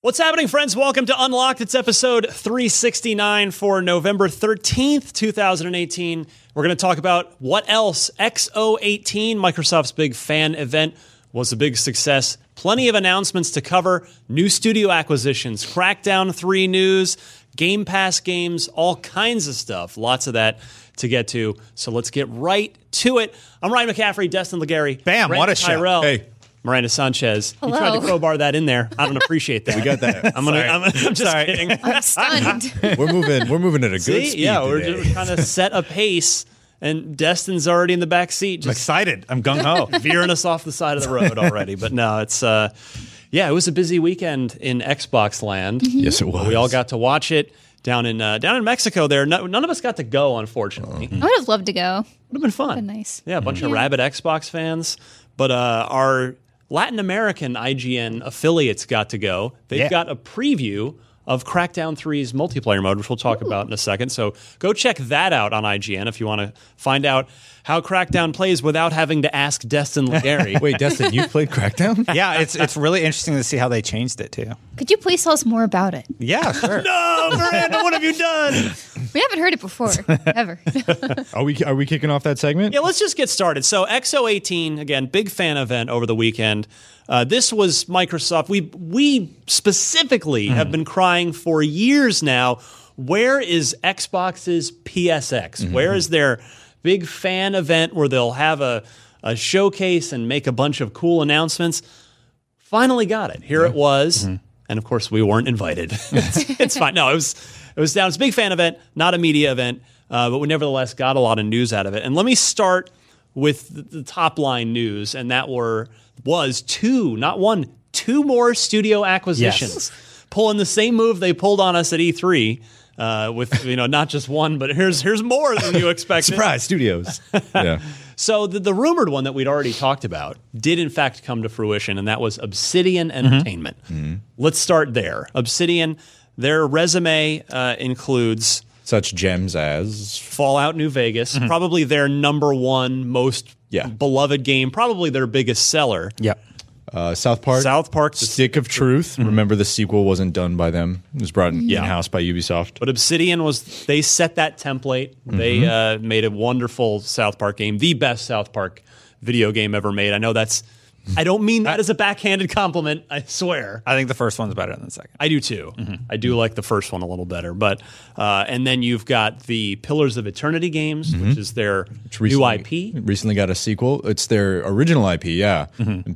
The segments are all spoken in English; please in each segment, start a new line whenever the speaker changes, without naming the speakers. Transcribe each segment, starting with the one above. What's happening, friends? Welcome to Unlocked. It's episode 369 for November 13th, 2018. We're going to talk about what else XO18, Microsoft's big fan event, was a big success. Plenty of announcements to cover new studio acquisitions, Crackdown 3 news, Game Pass games, all kinds of stuff. Lots of that to get to. So let's get right to it. I'm Ryan McCaffrey, Destin Legary.
Bam,
Brent
what a shout.
Tyrell.
Hey.
Miranda Sanchez. You tried to
Hello.
crowbar that in there. I don't appreciate that.
We got that.
I'm gonna. I'm, gonna, I'm just
Sorry.
kidding.
Stunned.
we're moving. We're moving at a good speed.
See, yeah, we're
today.
just trying to set a pace, and Destin's already in the back seat,
I'm
just
excited. I'm gung ho.
veering us off the side of the road already. But no, it's uh, yeah, it was a busy weekend in Xbox land.
yes, it was.
We all got to watch it down in uh, down in Mexico. There, no, none of us got to go, unfortunately.
I would have loved to go.
Would have been fun.
Been nice.
Yeah, a bunch of rabid Xbox fans. But uh, our Latin American IGN affiliates got to go. They've
Yeah.
got a preview of Crackdown 3's multiplayer mode, which we'll talk about in a second. So go check that out on IGN if you want to find out how Crackdown plays without having to ask Destin Legary.
Wait, Destin, you played Crackdown?
yeah, it's it's really interesting to see how they changed it too.
Could you please tell us more about it?
Yeah, sure.
no, Miranda, what have you done?
We haven't heard it before, ever.
Are we are we kicking off that segment?
Yeah, let's just get started. So XO18 again, big fan event over the weekend. Uh, this was Microsoft. We we specifically have been crying for years now. Where is Xbox's PSX? Where is their big fan event where they'll have a a showcase and make a bunch of cool announcements? Finally got it. Here it was, and of course we weren't invited. it's, it's fine. No, it was it was down. It's a big fan event, not a media event, uh, but we nevertheless got a lot of news out of it. And let me start with the, the top line news, and that were was two, not one, two more studio acquisitions, pulling the same move they pulled on us at E3. Uh, with you know not just one, but here's here's more than you expected.
Surprise Studios. yeah.
So the, the rumored one that we'd already talked about did in fact come to fruition, and that was Obsidian Entertainment. Let's start there. Obsidian, their resume uh, includes
Such gems as
Fallout New Vegas, probably their number one most
Yeah.
beloved game, probably their biggest seller.
Yep.
uh, South Park,
South Park,
Stick of Truth.
Mm-hmm.
Remember, the sequel wasn't done by them. It was brought in house by Ubisoft.
But Obsidian was they set that template. They uh, made a wonderful South Park game, the best South Park video game ever made. I know that's. I don't mean that as a backhanded compliment. I swear.
I think the first one's better than the second.
I do too. I do like the first one a little better, but uh, and then you've got the Pillars of Eternity games, which is their new IP.
Recently got a sequel. It's their original IP, yeah.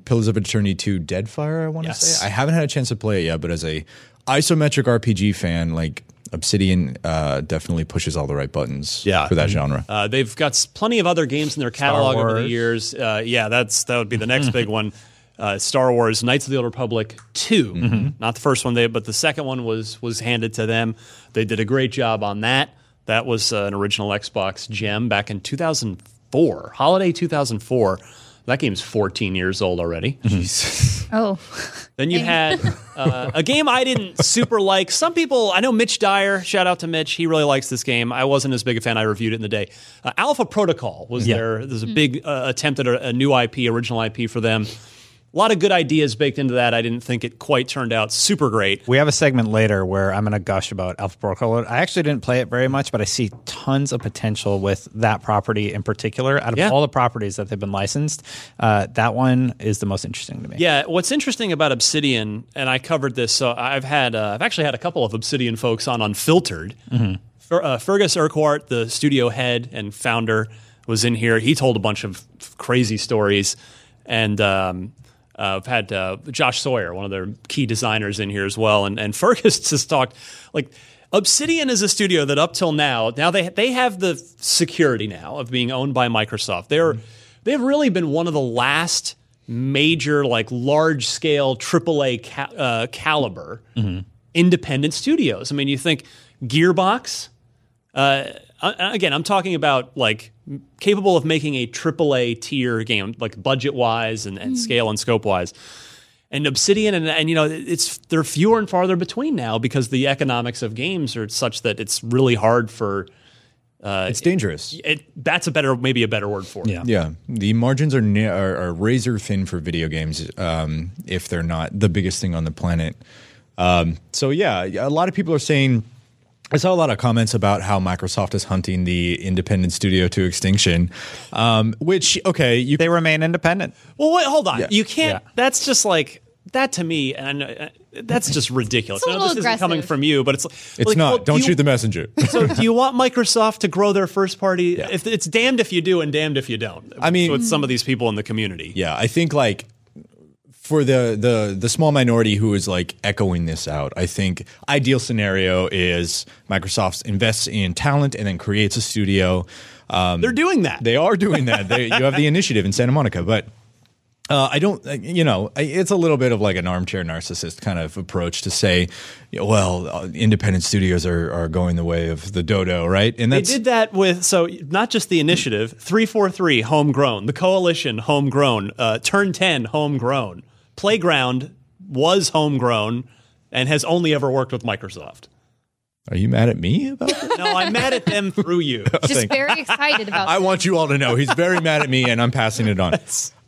Pillars of Eternity 2 Deadfire, I want to
Mm-hmm. Yes.
say. I haven't had a chance to play it yet, but as a isometric RPG fan, like Obsidian uh, definitely pushes all the right buttons
Yeah.
for that genre.
Uh, they've got s- plenty of other games in their catalog over the
Wars.
years. Uh, yeah, that's that would be the next big one. Uh, Star Wars: Knights of the Old Republic 2 not the first one they, but the second one was was handed to them. They did a great job on that. That was uh, an original Xbox gem back in 2004, holiday 2004. That game's 14 years old already.
Oh,
Then you had uh, a game I didn't super like. Some people, I know Mitch Dyer, shout out to Mitch. He really likes this game. I wasn't as big a fan. I reviewed it in the day. Uh, Alpha Protocol was there. There's a big uh, attempt at a, a new IP, original IP for them. A lot of good ideas baked into that. I didn't think it quite turned out super great.
We have a segment later where I'm going to gush about Alpha Protocol. I actually didn't play it very much, but I see tons of potential with that property in particular. Out of
Yeah.
all the properties that they've been licensed, uh, that one is the most interesting to me.
Yeah, what's interesting about Obsidian, and I covered this. So I've had, uh, I've actually had a couple of Obsidian folks on Unfiltered. Fer- uh, Fergus Urquhart, the studio head and founder, was in here. He told a bunch of f- crazy stories, and um, uh, I've had uh, Josh Sawyer, one of their key designers, in here as well. And and Fergus just talked like. Obsidian is a studio that up till now, now they they have the security now of being owned by Microsoft. They're they've really been one of the last major like large scale AAA ca- uh, caliber independent studios. I mean, you think Gearbox, uh, a- again, I'm talking about like m- capable of making a AAA tier game, like budget wise and, and
Hmm.
scale and scope wise. And Obsidian, and, and you know, it's they're fewer and farther between now because the economics of games are such that it's really hard for
it's dangerous.
it. That's a better, maybe a better word for it. Yeah.
Yeah, the margins are, na- are are razor thin for video games um, if they're not the biggest thing on the planet. Um, so yeah, a lot of people are saying. I saw a lot of comments about how Microsoft is hunting the independent studio to extinction, um, which okay, you
They remain independent.
Well, wait, hold on.
Yeah.
You can't.
Yeah.
That's just like that to me, and uh, that's just ridiculous.
It's a
I know
little
this isn't coming
aggressive.
from you, but it's like-
it's
like,
not.
well, do
Don't
you-
shoot the messenger.
So, do you want Microsoft to grow their first party? If it's damned if you do and damned if you don't.
I mean-
with some of these people in the community.
Yeah, I think like for the the the small minority who is like echoing this out, I think ideal scenario is Microsoft invests in talent and then creates a studio. Um,
They're doing that.
They are doing that. They, you have the initiative in Santa Monica, but uh, I don't. I- You know, I- it's a little bit of like an armchair narcissist kind of approach to say, you know, well, uh, independent studios are are going the way of the dodo, right? And
They
that's
did that with so not just the initiative three four three homegrown, the coalition homegrown, uh, turn ten homegrown, playground was homegrown, and has only ever worked with Microsoft.
Are you mad at me about that?
No, I'm mad at them through you.
just very excited about.
I
I,
want you all to know he's very mad at me, and I'm passing it on.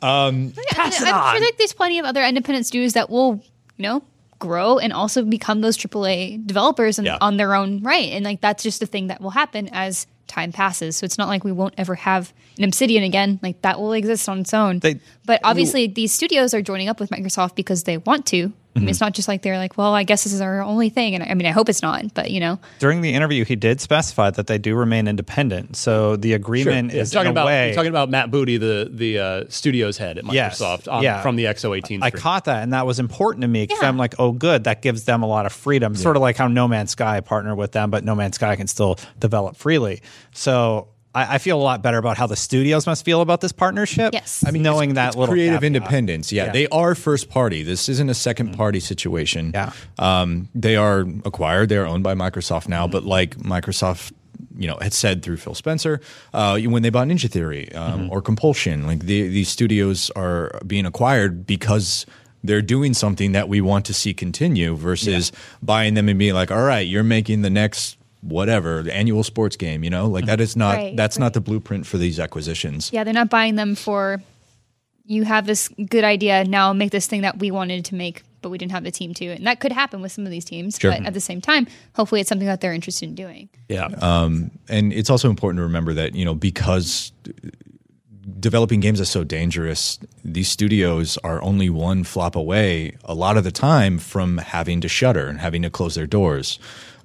I, I feel like there's plenty of other independent studios that will, you know, grow and also become those AAA developers and
Yeah.
on their own right. And like that's just a thing that will happen as time passes. So it's not like we won't ever have an Obsidian again. Like that will exist on its own.
They-
but obviously, these studios are joining up with Microsoft because they want to. I mean, it's not just like they're like, well, I guess this is our only thing. And I I mean, I hope it's not, but you know,
During the interview, he did specify that they do remain independent. So the agreement
Yeah,
is
talking
in a
about
way.
you're talking about Matt Booty, the the uh, studio's head at Microsoft,
Yes,
on-
yeah.
from the XO18.
I
stream.
caught that, and that was important to me because I'm like, oh, good, that gives them a lot of freedom. Sort of like how No Man's Sky partnered with them, but No Man's Sky can still develop freely. So I, I feel a lot better about how the studios must feel about this partnership.
Yes. I
mean, knowing that little
creative
caveat. Mm-hmm.
independence. Yeah, they are first party. This isn't a second party situation.
Yeah.
um, they are acquired. They are owned by Microsoft now.
Mm-hmm.
But like Microsoft, you know, had said through Phil Spencer uh, when they bought Ninja Theory um,
Mm-hmm.
or Compulsion, like the, these studios are being acquired because. They're doing something that we want to see continue versus buying them and being like, all right, you're making the next whatever the annual sports game, you know? Like
Mm-hmm.
that is not
Right,
that's not the blueprint for these acquisitions.
yeah, they're not buying them for you have this good idea now make this thing that we wanted to make but we didn't have the team to and that could happen with some of these teams
Sure.
but at the same time hopefully it's something that they're interested in doing
yeah.
and it's also important to remember that you know because developing games is so dangerous these studios are only one flop away a lot of the time from having to shutter and having to close their doors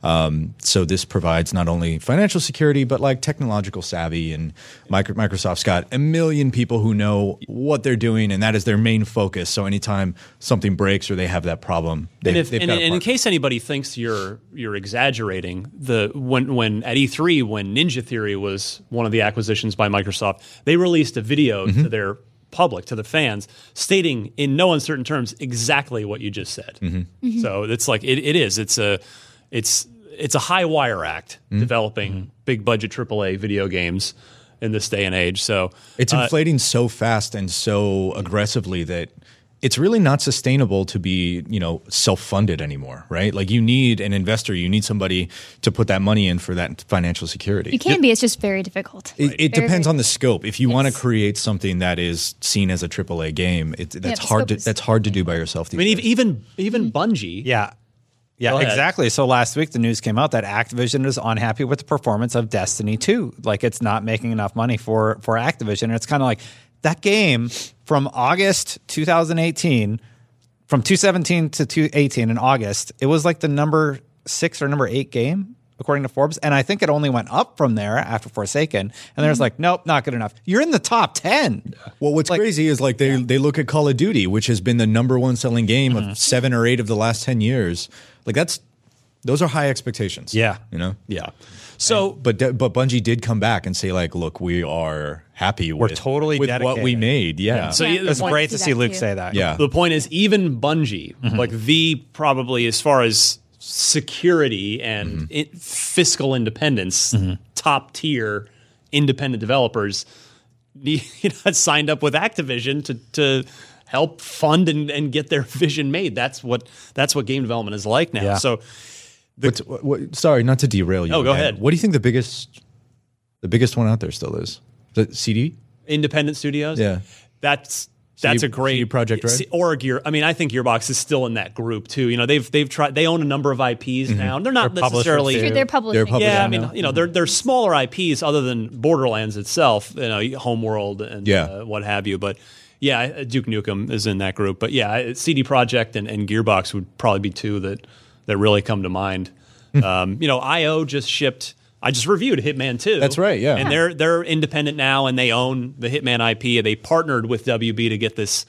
um, so this provides not only financial security but like technological savvy and micro- microsoft's got a million people who know what they're doing and that is their main focus so anytime something breaks or they have that problem they've,
and if,
they've
and,
got a
and in
partner.
case anybody thinks you're you're exaggerating, the when when at E3 when Ninja Theory was one of the acquisitions by Microsoft, they released a video
Mm-hmm.
to their public to the fans stating in no uncertain terms exactly what you just said.
Mm-hmm.
So it's like it, it is it's a
Mm-hmm.
it's it's a high wire act developing big budget AAA video games. in this day and age. So uh,
It's inflating so fast and so aggressively that it's really not sustainable to be, you know, self-funded anymore, right? Like you need an investor, you need somebody to put that money in for that financial security.
You can be. It's just very difficult.
It, it
Very,
depends
very-
on the scope. If you want to create something that is seen as a AAA game, it, that's
the
hard
scope
to
is-
that's hard to do by yourself.
I
these
mean, ev-
days.
even even Bungie,
Yeah. Yeah,
Go ahead.
exactly. So last week the news came out that Activision is unhappy with the performance of Destiny 2. Like it's not making enough money for for Activision. And it's kind of like that game from August 2018 from 217 to 218 in August, it was like the number 6 or number 8 game according to Forbes, and I think it only went up from there after Forsaken. And
Mm-hmm.
there's like, nope, not good enough. You're in the top 10.
Well, what's crazy is like they they look at Call of Duty, which has been the number one selling game
Mm-hmm.
of seven or eight of the last ten years. Like that's those are high expectations.
Yeah.
you know.
yeah. So
But de- but Bungie did come back and say like, look, we are happy. We're with,
totally
with what we
dedicated.
made. Yeah.
so
Yeah.
you- the
It's
point-
great
See
to see
that
Luke
too.
say that.
yeah.
The point is, even Bungie, like the probably as far as security and i- fiscal independence, top tier independent developers, you know, signed up with Activision to to help fund and, and get their vision made. That's what that's what game development is like now.
Yeah.
So
What's- what, what- sorry, not to derail you.
Oh, go
again.
ahead.
What do you think the biggest the biggest one out there still is? The CD.
independent studios,
Yeah.
that's. That's
CD
a great
CD Project Red?
or Gear. I mean, I think Gearbox is still in that group too. You know, they've they've tried. They own a number of IPs now, and they're not
publishers,
necessarily
too.
Sure, they're publishing.
They're publishing.
Yeah, I mean, you know, they're they're smaller IPs other than Borderlands itself, you know, Homeworld and
Yeah.
uh, what have you. But yeah, uh, Duke Nukem is in that group. But yeah, I- CD Projekt and, and Gearbox would probably be two that that really come to mind.
Hmm.
um, you know, IO just shipped. I just reviewed Hitman 2.
That's right, yeah.
And they're they're independent now, and they own the Hitman IP. They partnered with WB to get this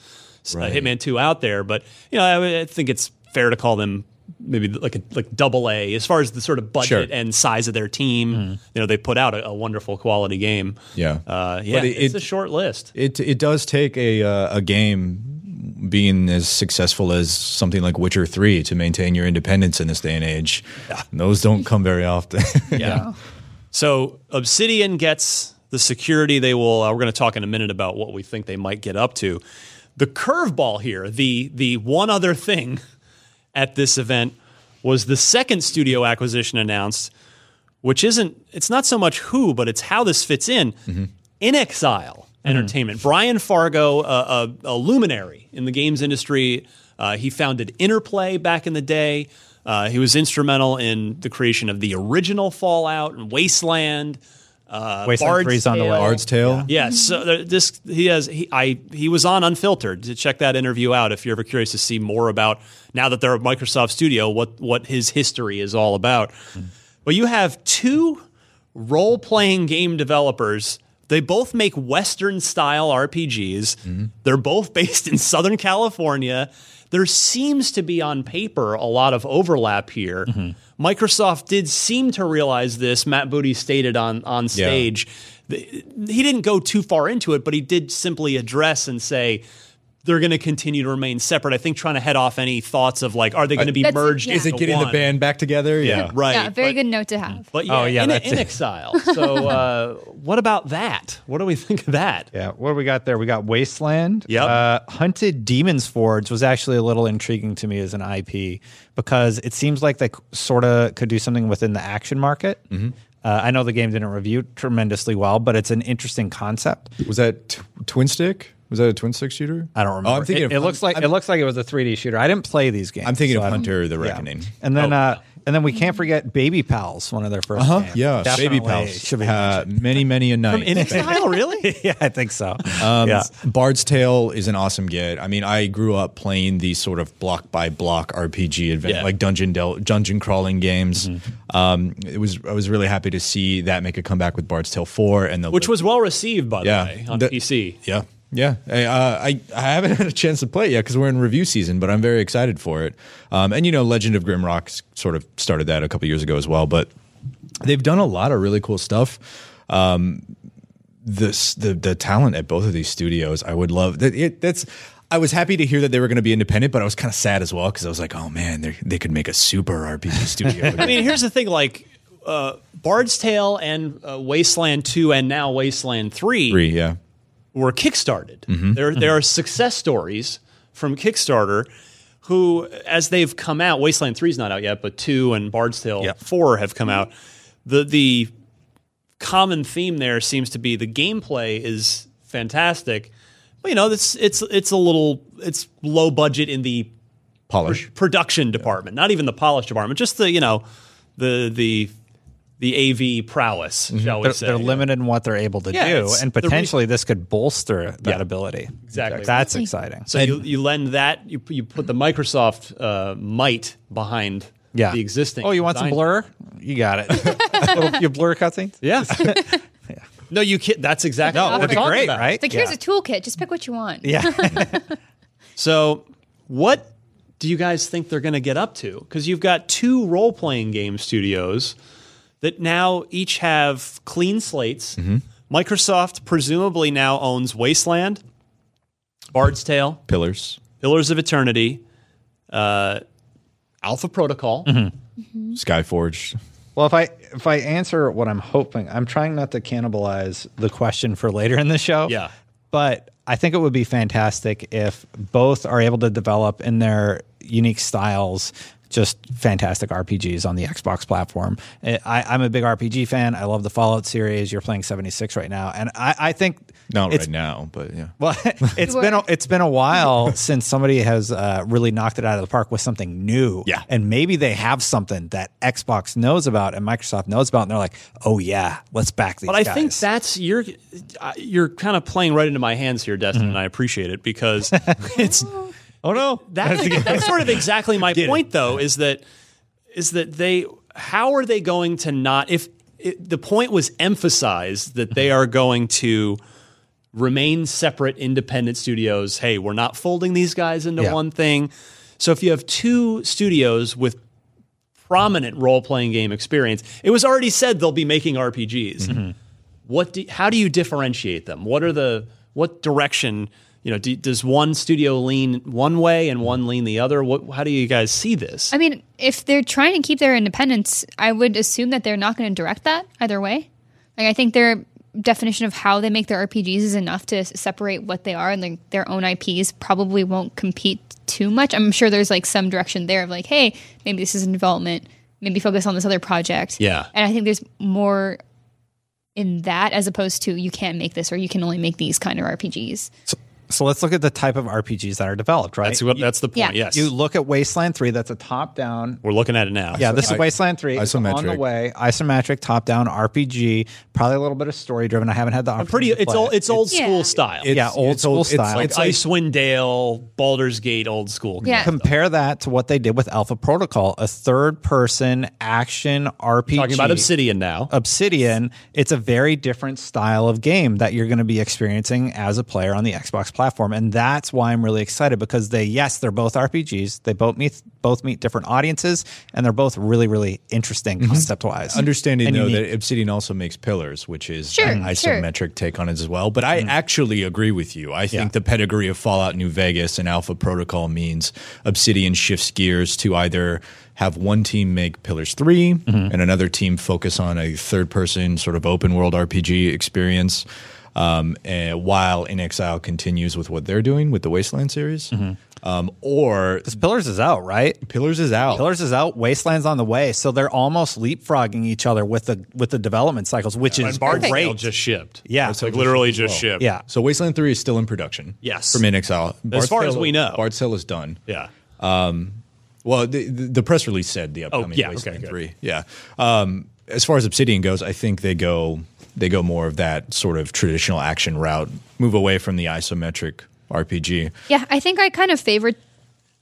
uh,
Right.
Hitman 2 out there. But you know, I, I think it's fair to call them maybe like a like double A as far as the sort of budget
Sure.
and size of their team. You know, they put out a, a wonderful quality game.
Mm-hmm. Yeah.
uh, yeah.
But it-
it's
it-
a short list.
It it does take a uh, a game being as successful as something like Witcher Three to maintain your independence in this day and age. And those don't come very often.
Yeah. So Obsidian gets the security they will. Uh, we're going to talk in a minute about what we think they might get up to. The curveball here, the the one other thing at this event was the second studio acquisition announced, which isn't. It's not so much who, but it's how this fits in.
Mm-hmm.
In Exile Entertainment, Brian Fargo, uh, a, a luminary in the games industry. Uh, he founded Interplay back in the day. Uh, he was instrumental in the creation of the original Fallout and Wasteland. Uh,
Wasteland
Bard's
3's on the way.
Tale.
Bard's Tale.
Yeah, so there- this he has he I he was on Unfiltered to check that interview out if you're ever curious to see more about now that they're a Microsoft studio what what his history is all about. Well, you have two role playing game developers. They both make Western style RPGs. They're both based in Southern California. There seems to be on paper a lot of overlap here. Microsoft did seem to realize this. Matt Booty stated on on
Yeah.
stage. Th- He didn't go too far into it, but he did simply address and say they're going to continue to remain separate. I think trying to head off any thoughts of like, are they going to be
That's-
merged?
yeah. Is
Is it
into
getting the
one?
band back together? Yeah.
Right.
Yeah, very
but- Mm.
good note to have.
but yeah,
Oh, yeah,
in,
that's
in
it.
exile. So, uh, what about that? What do we think of that?
Yeah, what do we got there? We got Wasteland.
Yep.
Uh, Hunted Demons Forge was actually a little intriguing to me as an IP because it seems like they sort of could do something within the action market.
Mm-hmm.
Uh, I know the game didn't review tremendously well, but it's an interesting concept.
Was that t- Twin Stick? Was that a Twin Stick shooter?
I don't remember.
Oh, I'm thinking
it,
of,
it looks like it looks like it was a 3D shooter. I didn't play these games.
I'm thinking
so I
of
don't-
Hunter: The
Yeah.
Reckoning. Oh.
And then uh, and then we can't forget Baby Pals, one of their 1st
Huh?
games.
Uh-huh. Yeah.
Definitely
Baby pals.
Should be
Uh, many many a night.
In exile, really?
yeah, I think so.
Um,
yeah.
Bard's Tale is an awesome get. I mean, I grew up playing these sort of block by block RPG advent,
Yeah.
like dungeon del- dungeon crawling games.
Mm-hmm.
Um, it was I was really happy to see that make a comeback with Bard's Tale Four and the
Which was well received, by the
Yeah.
way, on
The-
PC.
yeah yeah. Hey, uh, I I haven't had a chance to play it yet because we're in review season, but I'm very excited for it. Um, and you know, Legend of Grimrock s- sort of started that a couple years ago as well, but they've done a lot of really cool stuff. this the the talent at both of these studios. I would love that. It, that's I was happy to hear that they were going to be independent, but I was kind of sad as well because I was like, oh man, they they could make a super RPG studio.
I mean, here's the thing: like uh, Bard's Tale and uh, Wasteland 2 and now Wasteland 3,
Three, yeah.
were kickstarted.
Mm-hmm.
There, there are success stories from Kickstarter who, as they've come out, Wasteland 3 is not out yet, but 2 and Bard's Tale 4 have come out. The, the common theme there seems to be the gameplay is fantastic. But, you know, it's, it's, it's a little, it's low budget in the
Polish.
production department, not even the polish department, just the you know the the the AV prowess, shall we
Mm-hmm. They're,
say?
they're limited in what they're able to
Yeah,
do,
it's-
and
the re-
potentially this could bolster that
Yeah.
ability.
Exactly.
that's exciting.
So you, you lend that you you put the Microsoft uh, might behind
yeah,
the existing.
Oh, you want some
design.
blur? You got it. Little, your blur cutscenes.
Yeah. No, you kid. That's exactly
No,
what
it'd
we're
be
talking
great,
about.
right?
It's like, here's a toolkit. Just pick what you want.
yeah.
So, what do you guys think they're going to get up to? Because you've got two role playing game studios that now each have clean slates.
Mm-hmm.
Microsoft presumably now owns Wasteland, Bard's Tale,
Pillars.
Pillars of Eternity, uh, Alpha Protocol.
Mm-hmm.
Skyforged.
Well, if I if I answer what I'm hoping, I'm trying not to cannibalize the question for later in the show.
Yeah.
But I think it would be fantastic if both are able to develop in their unique styles just fantastic RPGs on the Xbox platform. I, I- I'm a big RPG fan. I love the Fallout series. You're playing 76 right now, and I, I think
Not
it's
right now, but yeah.
well, it's been a, it's been a while since somebody has uh, really knocked it out of the park with something new.
Yeah.
and maybe they have something that Xbox knows about and Microsoft knows about, and they're like, "Oh yeah, let's back these."
But I think
guys."
that's you're uh, you're kind of playing right into my hands here, Destin,
Mm-hmm.
and I appreciate it because it's
oh no,
that, that's sort of exactly my point though is that is that they how are they going to not if it, the point was emphasized that
Mm-hmm.
they are going to remain separate independent studios hey we're not folding these guys into
Yeah.
one thing so if you have two studios with prominent role-playing game experience it was already said they'll be making rpgs
Mm-hmm.
what do, how do you differentiate them what are the what direction you know do, does one studio lean one way and one lean the other what how do you guys see this
I mean, if they're trying to keep their independence, I would assume that they're not going to direct that either way. Like, I think their definition of how they make their RPGs is enough to s- separate what they are, and like, their own IPs probably won't compete too much. I'm sure there's like some direction there of like, hey, maybe this is in development, maybe focus on this other project.
Yeah.
and I think there's more in that as opposed to you can't make this or you can only make these kind of RPGs.
so. Let's look at the type of RPGs that are developed. Right,
that's what that's the point
Yeah.
yes
you look at Wasteland Three. That's a top-down
we're looking at it now
Yeah, this is
I-
Wasteland 3. It's on the
Isometric.
way. Isometric, top down, RPG, probably a little bit of story driven. I haven't had the opportunity.
pretty
to
it's
play
old
it.
it's old
Yeah.
school style
It's-
yeah, old
it's
school
old- it's
style.
like
it's Icewind Dale Baldur's Gate old school
Yeah.
Compare that to what they did with Alpha Protocol, a third person action RPG.
talking about Obsidian now
Obsidian, it's a very different style of game that you're going to be experiencing as a player on the Xbox platform, and that's why I'm really excited because they, yes, they're both RPGs. They both meet both meet different audiences, and they're both really, really
Mm-hmm.
interesting concept wise.
Understanding though that Obsidian also makes Pillars, which is
Sure,
an
sure.
isometric take on it as well. But I actually agree with you. I think the pedigree of Fallout New Vegas and Alpha Protocol means Obsidian shifts gears to either have one team make Pillars 3 and another team focus on a third person sort of open world RPG experience. Um, and while In Exile continues with what they're doing with the Wasteland series, um, or
Pillars is out, right?
Pillars is
Oh.
out.
Pillars is out. Wasteland's on the way, so they're almost leapfrogging each other with the with the development cycles, which is
and Bard's
great.
Tale just shipped
Yeah.
it's like literally just shipped
yeah,
So Wasteland Three is still in production.
Yes.
from In Exile. Bard's
far as
Tale-
we know.
Bard's Tale is done.
yeah
Well, the, the the press release said the upcoming
Oh, yeah,
Wasteland
okay, good.
Three. Yeah. Um, as far as Obsidian goes, I think they go they go more of that sort of traditional action route, move away from the isometric RPG.
Yeah, I think I kind of favored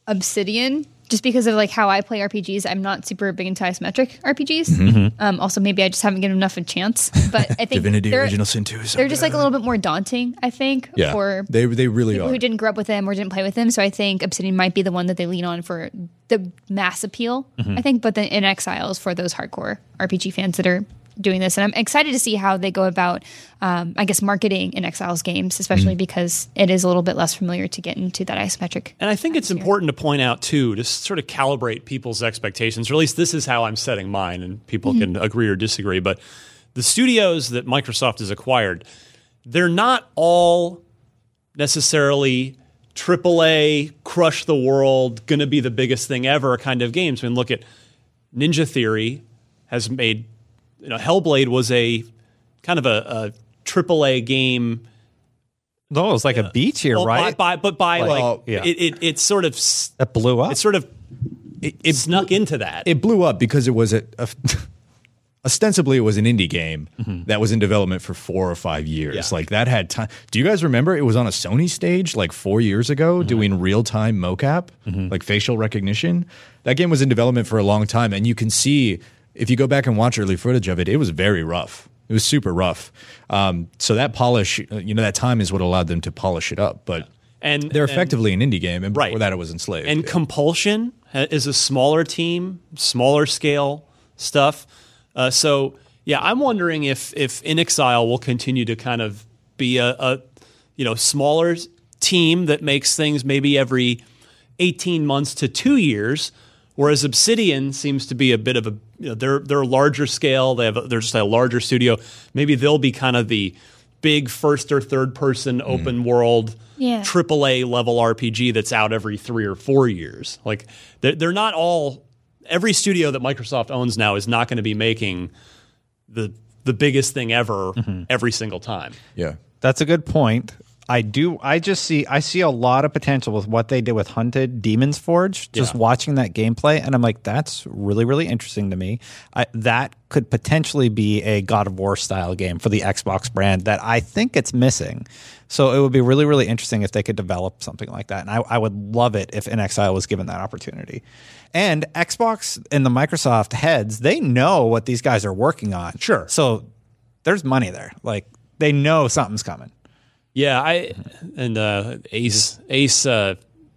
Obsidian just because of like how I play RPGs. I'm not super big into isometric RPGs.
Mm-hmm.
Um, also, maybe I just haven't given enough of a chance. But I think
Divinity
they're,
Original Sin Two. is-
they're just like a little bit more daunting. I think
yeah.
for
they they really
people
are.
who didn't grow up with them or didn't play with them. So I think Obsidian might be the one that they lean on for the mass appeal. I think, but then In Exile is for those hardcore RPG fans that are doing this, and I'm excited to see how they go about, um, I guess, marketing in Exiles games, especially because it is a little bit less familiar to get into that isometric.
And I think it's important to point out too, to sort of calibrate people's expectations, or at least this is how I'm setting mine, and people can agree or disagree. But the studios that Microsoft has acquired, they're not all necessarily AAA, crush the world, gonna be the biggest thing ever kind of games. I mean, look at Ninja Theory has made you know, Hellblade was a kind of a, a AAA game
No, it was Oh, like a B tier,
well,
right? oh,
By, by, but by like,
Well,
yeah.
it, it, it sort of s-
that blew up.
it sort of it, snuck into that.
it blew up because it was a, a- ostensibly it was an indie game that was in development for four or five years.
Mm-hmm. Yeah.
Like that had time. Do you guys remember it was on a Sony stage like four years ago
Mm-hmm.
doing real time mocap, like facial recognition? That game was in development for a long time, and you can see if you go back and watch early footage of it, it was very rough. It was super rough. Um, so that polish, uh, you know, that time is what allowed them to polish it up. But
and
they're
and-
effectively an indie game, and before
Right.
that, it was enslaved.
and compulsion ha- is a smaller team, smaller scale stuff. Uh, so yeah, I'm wondering if if In Exile will continue to kind of be a, a you know smaller s- team that makes things maybe every 18 months to two years. Whereas Obsidian seems to be a bit of a you know, they're they're larger scale. They have a, they're just a larger studio. Maybe they'll be kind of the big first or third person open world
Yeah.
triple A level RPG that's out every three or four years. Like they're, they're not all. Every studio that Microsoft owns now is not going to be making the the biggest thing ever every single time.
yeah.
That's a good point. I do. I just see. I see a lot of potential with what they did with Hunted Demons Forge. Just
Yeah.
watching that gameplay, and I'm like, that's really, really interesting to me. I, that could potentially be a God of War style game for the Xbox brand that I think it's missing. So it would be really, really interesting if they could develop something like that. And I, I would love it if In Exile was given that opportunity. And Xbox and the Microsoft heads, they know what these guys are working on.
Sure.
So there's money there. Like they know something's coming.
Yeah, I and uh, Ace Ace uh,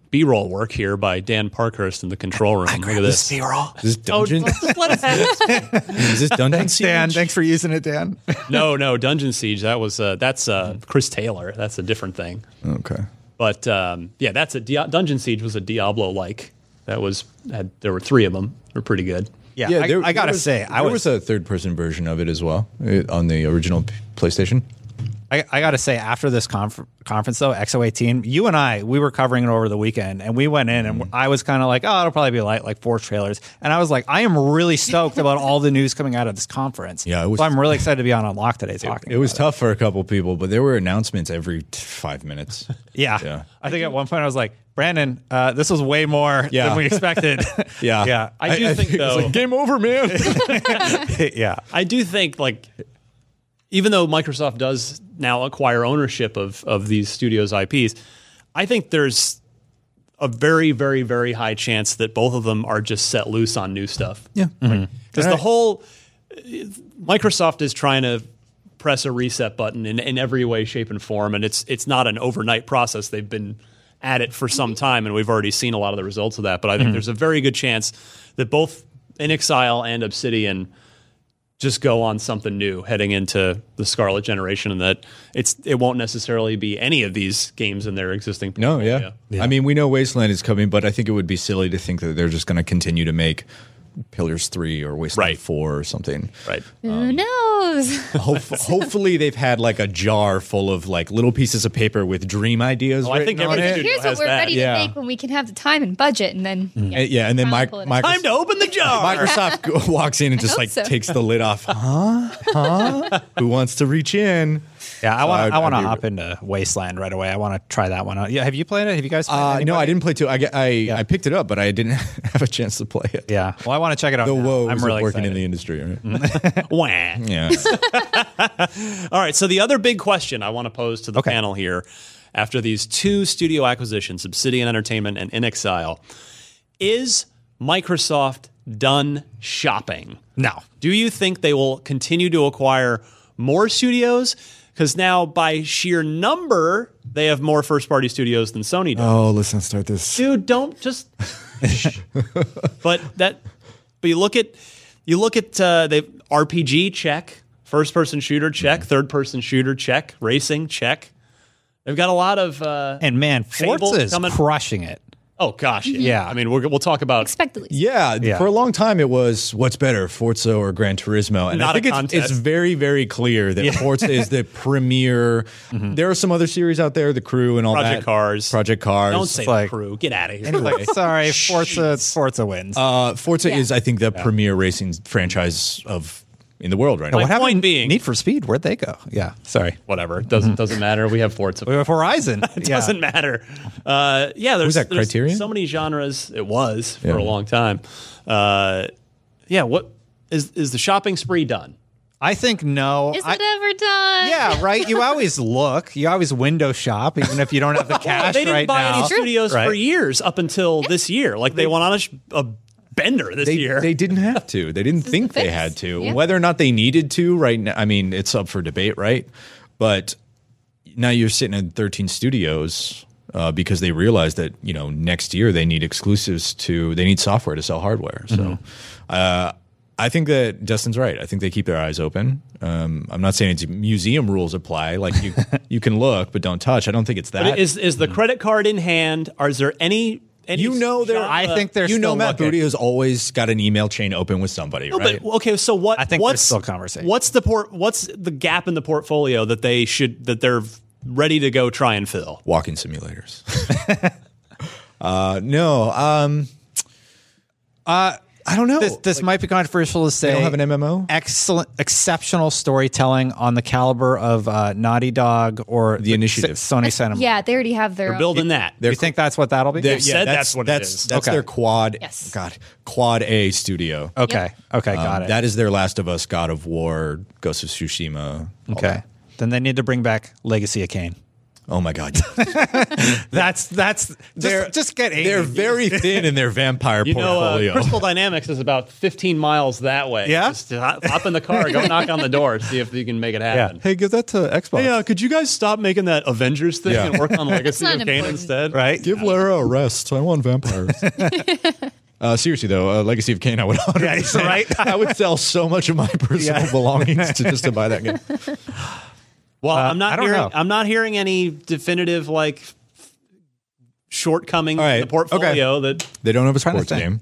B roll work here by Dan Parkhurst in the control room. Look at this.
Is this dungeon?
Oh,
is this dungeon? Siege?
thanks for using it, Dan.
no, no, Dungeon Siege. That was uh, that's uh, Chris Taylor. That's a different thing.
Okay.
But um, yeah, that's a Dia- Dungeon Siege was a Diablo like. That was had, there were three of them. They're pretty good.
Yeah, I, I gotta
was,
say, I
there
was,
a third person version of it as well eh, on the original P- PlayStation.
I, I gotta say, after this conf- conference though, XO18, you and I, we were covering it over the weekend, and we went in, and I was kind of like, oh, it'll probably be light, like four trailers, and I was like, I am really stoked about all the news coming out of this conference.
Yeah, it was-
so I'm really excited to be on Unlock today talking.
It was
about
tough for a couple people, but there were announcements every t- five minutes.
Yeah.
Yeah.
I think at one point I was like, Brandon, uh, this was way more
Yeah.
than we expected.
Yeah.
yeah,
I do think,
it was
though-
like, game over, man.
yeah.
I do think like even though Microsoft does now acquire ownership of of these studios IPs, I think there's a very very very high chance that both of them are just set loose on new stuff.
yeah.
Because the whole Microsoft is trying to press a reset button in, in every way, shape, and form, and it's it's not an overnight process. They've been at it for some time, and we've already seen a lot of the results of that. But I
Mm-hmm.
think there's a very good chance that both In Exile and Obsidian just go on something new heading into the Scarlet Generation, and that it's it won't necessarily be any of these games in their existing.
No, yeah.
portfolio.
I mean, we know Wasteland is coming, but I think it would be silly to think that they're just going to continue to make Pillars 3 or Wasteland
Right.
4 or something.
right.
Who knows?
Hope- hopefully, they've had like a jar full of like little pieces of paper with dream ideas.
Well, I
written
think
on
every
it.
studio
Here's
has
what we're
that.
ready
Yeah.
to make when we can have the time and budget, and then
Eh, yeah, and then Mike,
Probably.
Microsoft,
Time to open the jar.
Microsoft walks in and just
hope
like
so.
takes the lid off. Huh? Huh? Who wants to reach in?
Yeah, I want
I'd-
to. I want to
I'd be-
hop into Wasteland right away. I want to try that one out. Yeah, have you played it? Have you guys? Played
Uh,
it?
no, I
Anybody?
didn't play two. I, ge- I, I picked it up, but I didn't have a chance to play it.
Yeah, well, I want to check it out.
The
now.
woes
I'm really
of working
excited.
in the industry. Right?
Wah.
yeah.
All right. So the other big question I want to pose to the
Okay.
panel here, after these two studio acquisitions, Obsidian Entertainment and In Exile, is Microsoft done shopping?
No.
Do you think they will continue to acquire more studios? Because now, by sheer number, they have more first-party studios than Sony does
Oh, let's not start this.
dude, don't just. but that, but you look at You look at uh, they RPG check, first person shooter check,
Mm-hmm.
third person shooter check, racing check. They've got a lot of uh,
And man,
Fable
Forza is
coming-
crushing it.
oh gosh,
Yeah.
I mean, we're, we'll talk about
Expectedly.
Yeah,
Yeah.
for a long time it was what's better, Forza or Gran Turismo, and
Not a
I think it's,
contest.
it's very, very clear that Forza is the premier. There are some other series out there, The Crew and all
Project
that.
Cars.
Project Cars.
don't say
like-
crew. Get out of here.
Like, sorry, Forza Forza wins.
Uh, Forza is, I think, the premier racing franchise of in the world right now.
what happened- point being-
Need for Speed, where'd they go? Yeah, sorry.
Whatever. It doesn't doesn't matter. We have Forza.
Mm-hmm. We have Horizon.
It doesn't matter. Uh, yeah, there's,
that,
there's
Criterion?
so many genres. It was for
Yeah.
a long time. Uh, yeah, what is is the shopping spree done?
I think no.
Is
I-
it ever done?
yeah, right. You always look. You always window shop, even if you don't have the cash
they didn't
right
buy
now.
any studios for
Right.
years up until this year. Like they, went on a, sh- a bender this
They,
year.
they didn't have to. They didn't think
the
they
fix.
had to.
Yeah.
Whether or not they needed to, right now, I mean, it's up for debate, right? But now you're sitting at 13 studios uh, because they realize that you know next year they need exclusives to they need software to sell hardware. So
Mm-hmm.
uh, I think that Justin's right. I think they keep their eyes open. Um, I'm not saying it's museum rules apply. Like you you can look but don't touch. I don't think it's that.
But is
Mm.
is the credit card in hand? Are there any? any
you know there.
genre-
I think they're
you know
still
Matt
looking.
Booty has always got an email chain open with somebody,
No,
right?
but okay. So what?
I think
what's
there's still conversation.
What's the port? What's the gap in the portfolio that they should that they're ready to go try and fill?
walking simulators. uh, no, um, uh, I don't know.
This, this might be controversial to say.
they don't have an MMO.
Excellent, exceptional storytelling on the caliber of uh, Naughty Dog or the
Initiative.
Sony Cinema.
Yeah, they already have their.
They're
own-
building that.
you think that's what that'll be?
They're-
said that's what it
that's,
is.
That's
Okay.
their quad.
Yes.
God, quad A studio.
Oh,
Okay, okay, got
Um,
it.
That is their Last of Us, God of War, Ghost of Tsushima. all
okay,
that.
then they need to bring back Legacy of Kane.
Oh my God.
That's that's
They're-
just, just get angry.
They're very thin in their vampire
You know, uh,
portfolio.
Crystal Dynamics is about 15 miles that way.
Yeah?
Just hop, hop in the car, go knock on the door, see if you can make it happen.
Hey, give that to Xbox.
Hey, uh, could you guys stop making that Avengers thing
Yeah.
and work on Legacy
not
of Kane
important.
instead?
right?
Give Lara a rest. I want vampires. uh, seriously though, uh, Legacy of Kane, I would 100
Yeah, right?
I would sell so much of my personal
Yeah.
belongings to just to buy that game.
Well,
Uh,
I'm not
I don't
hearing
know.
I'm not hearing any definitive like shortcoming
All right.
in the portfolio that,
They don't have a
Trying to
sports
think.
game.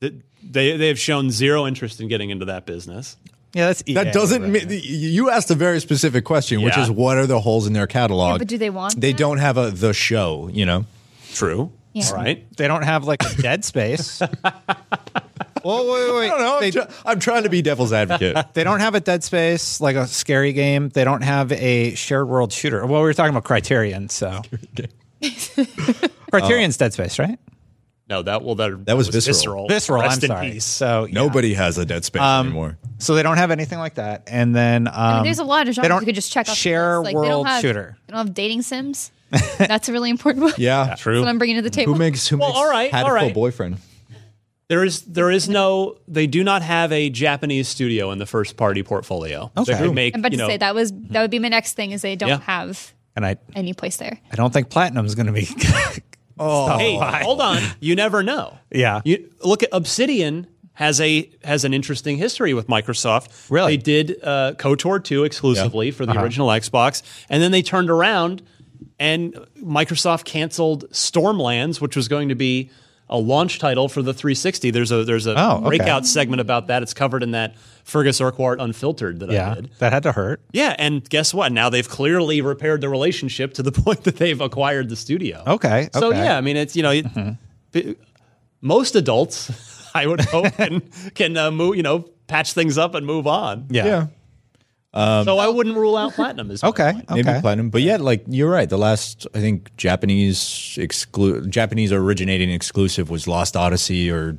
that they they have shown zero interest in getting into that business.
Yeah, that's
That
EA,
doesn't
right?
mean you asked a very specific question, which
Yeah.
is what are the holes in their catalog?
Yeah, but do they want
They
that?
don't have a the show, you know.
True.
Yeah.
All right.
They don't have like a Dead Space. well, wait, wait, wait.
I don't know. I'm,
They,
try- I'm trying to be devil's advocate.
they don't have a Dead Space, like a scary game. They don't have a shared world shooter. Well, we were talking about Criterion, so Criterion's Dead Space, right?
No, that well that,
That was visceral.
Visceral.
Oh, Rest
I'm
in
sorry.
peace.
So yeah.
Nobody has a Dead Space anymore.
So they don't have anything like that. And then um,
There's a lot of
they
genres
don't
you could just check off. the
Share
list. Like, they don't
world
have-
shooter.
They don't have dating sims. That's a really important one.
Yeah,
That's what I'm bringing to the table.
Who makes who
Well,
makes
all right, all
Hatful
right.
boyfriend?
There is there is no they do not have a Japanese studio in the first party portfolio.
Okay.
They could make,
I'm about
you
to
know,
say that was that would be my next thing is they don't
Yeah.
have
And I,
any place there.
I don't think Platinum's going to be. oh,
Hey, hold on. You never know.
Yeah.
You look at Obsidian has a has an interesting history with Microsoft.
Really?
They
Uh-huh.
did uh, KOTOR 2 exclusively for the original Xbox and then they turned around and Microsoft canceled Stormlands which was going to be a launch title for the 360. There's a there's a
Oh, okay.
breakout segment about that. It's covered in that Fergus Urquhart unfiltered that I
yeah,
did.
that had to hurt.
Yeah, and guess what? Now they've clearly repaired the relationship to the point that they've acquired the studio.
Okay,
So
okay. Mm-hmm.
yeah, I mean it's you know it- p- most adults I would hope can can uh, move you know patch things up and move on.
Yeah.
yeah.
So I wouldn't rule out platinum. Is my
Okay.
point.
Okay.
maybe platinum. But yeah, like you're right. The last I think Japanese exclu- Japanese originating exclusive was Lost Odyssey or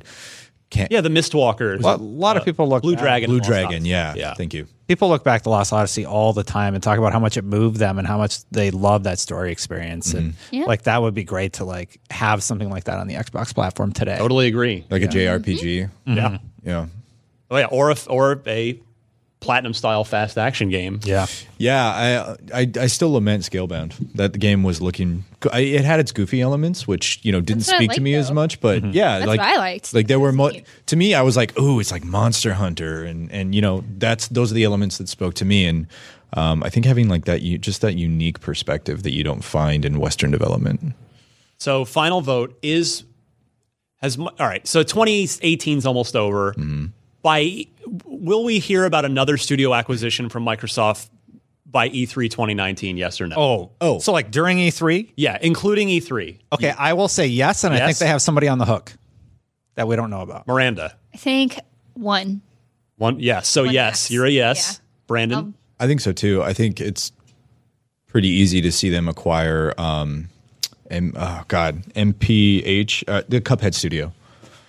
can't
Yeah, the Mistwalker.
a lot of people look
Blue
back-
Dragon.
Blue
Lost
Dragon.
Odyssey.
Yeah,
Yeah.
thank you.
People look back to Lost Odyssey all the time and talk about how much it moved them and how much they love that story experience. And
Mm-hmm.
Yeah.
like that would be great to like have something like that on the Xbox platform today.
Totally agree. Mm-hmm.
Mm-hmm.
Like a JRPG.
Yeah.
Yeah.
Oh yeah, or a, or a platinum style fast action game.
Yeah.
Yeah, I, I I still lament Scalebound. That the game was looking. I, it had its goofy elements, which you know didn't
That's what I
speak to
like,
me as
though.
much. But yeah,
That's
like
what I liked.
Like there were mo-
Cute.
to me, I was like, oh, it's like Monster Hunter, and and you know that's those are the elements that spoke to me. And um, I think having like that, you just that unique perspective that you don't find in Western development.
So final vote is has mu- all right. So 2018 is almost over. By will we hear about another studio acquisition from Microsoft by E E3 2019? Yes or no?
Oh.
Oh.
So like during E3?
yeah, including E E3.
Okay, I will say yes, and I think
Yes.
they have somebody on the hook that we don't know about.
Miranda,
I think one.
one yes. So yes,
yes.
you're a yes. Brandon,
I think so too. I think it's pretty easy to see them acquire. Um, M- oh God, MPH, uh, the Cuphead Studio.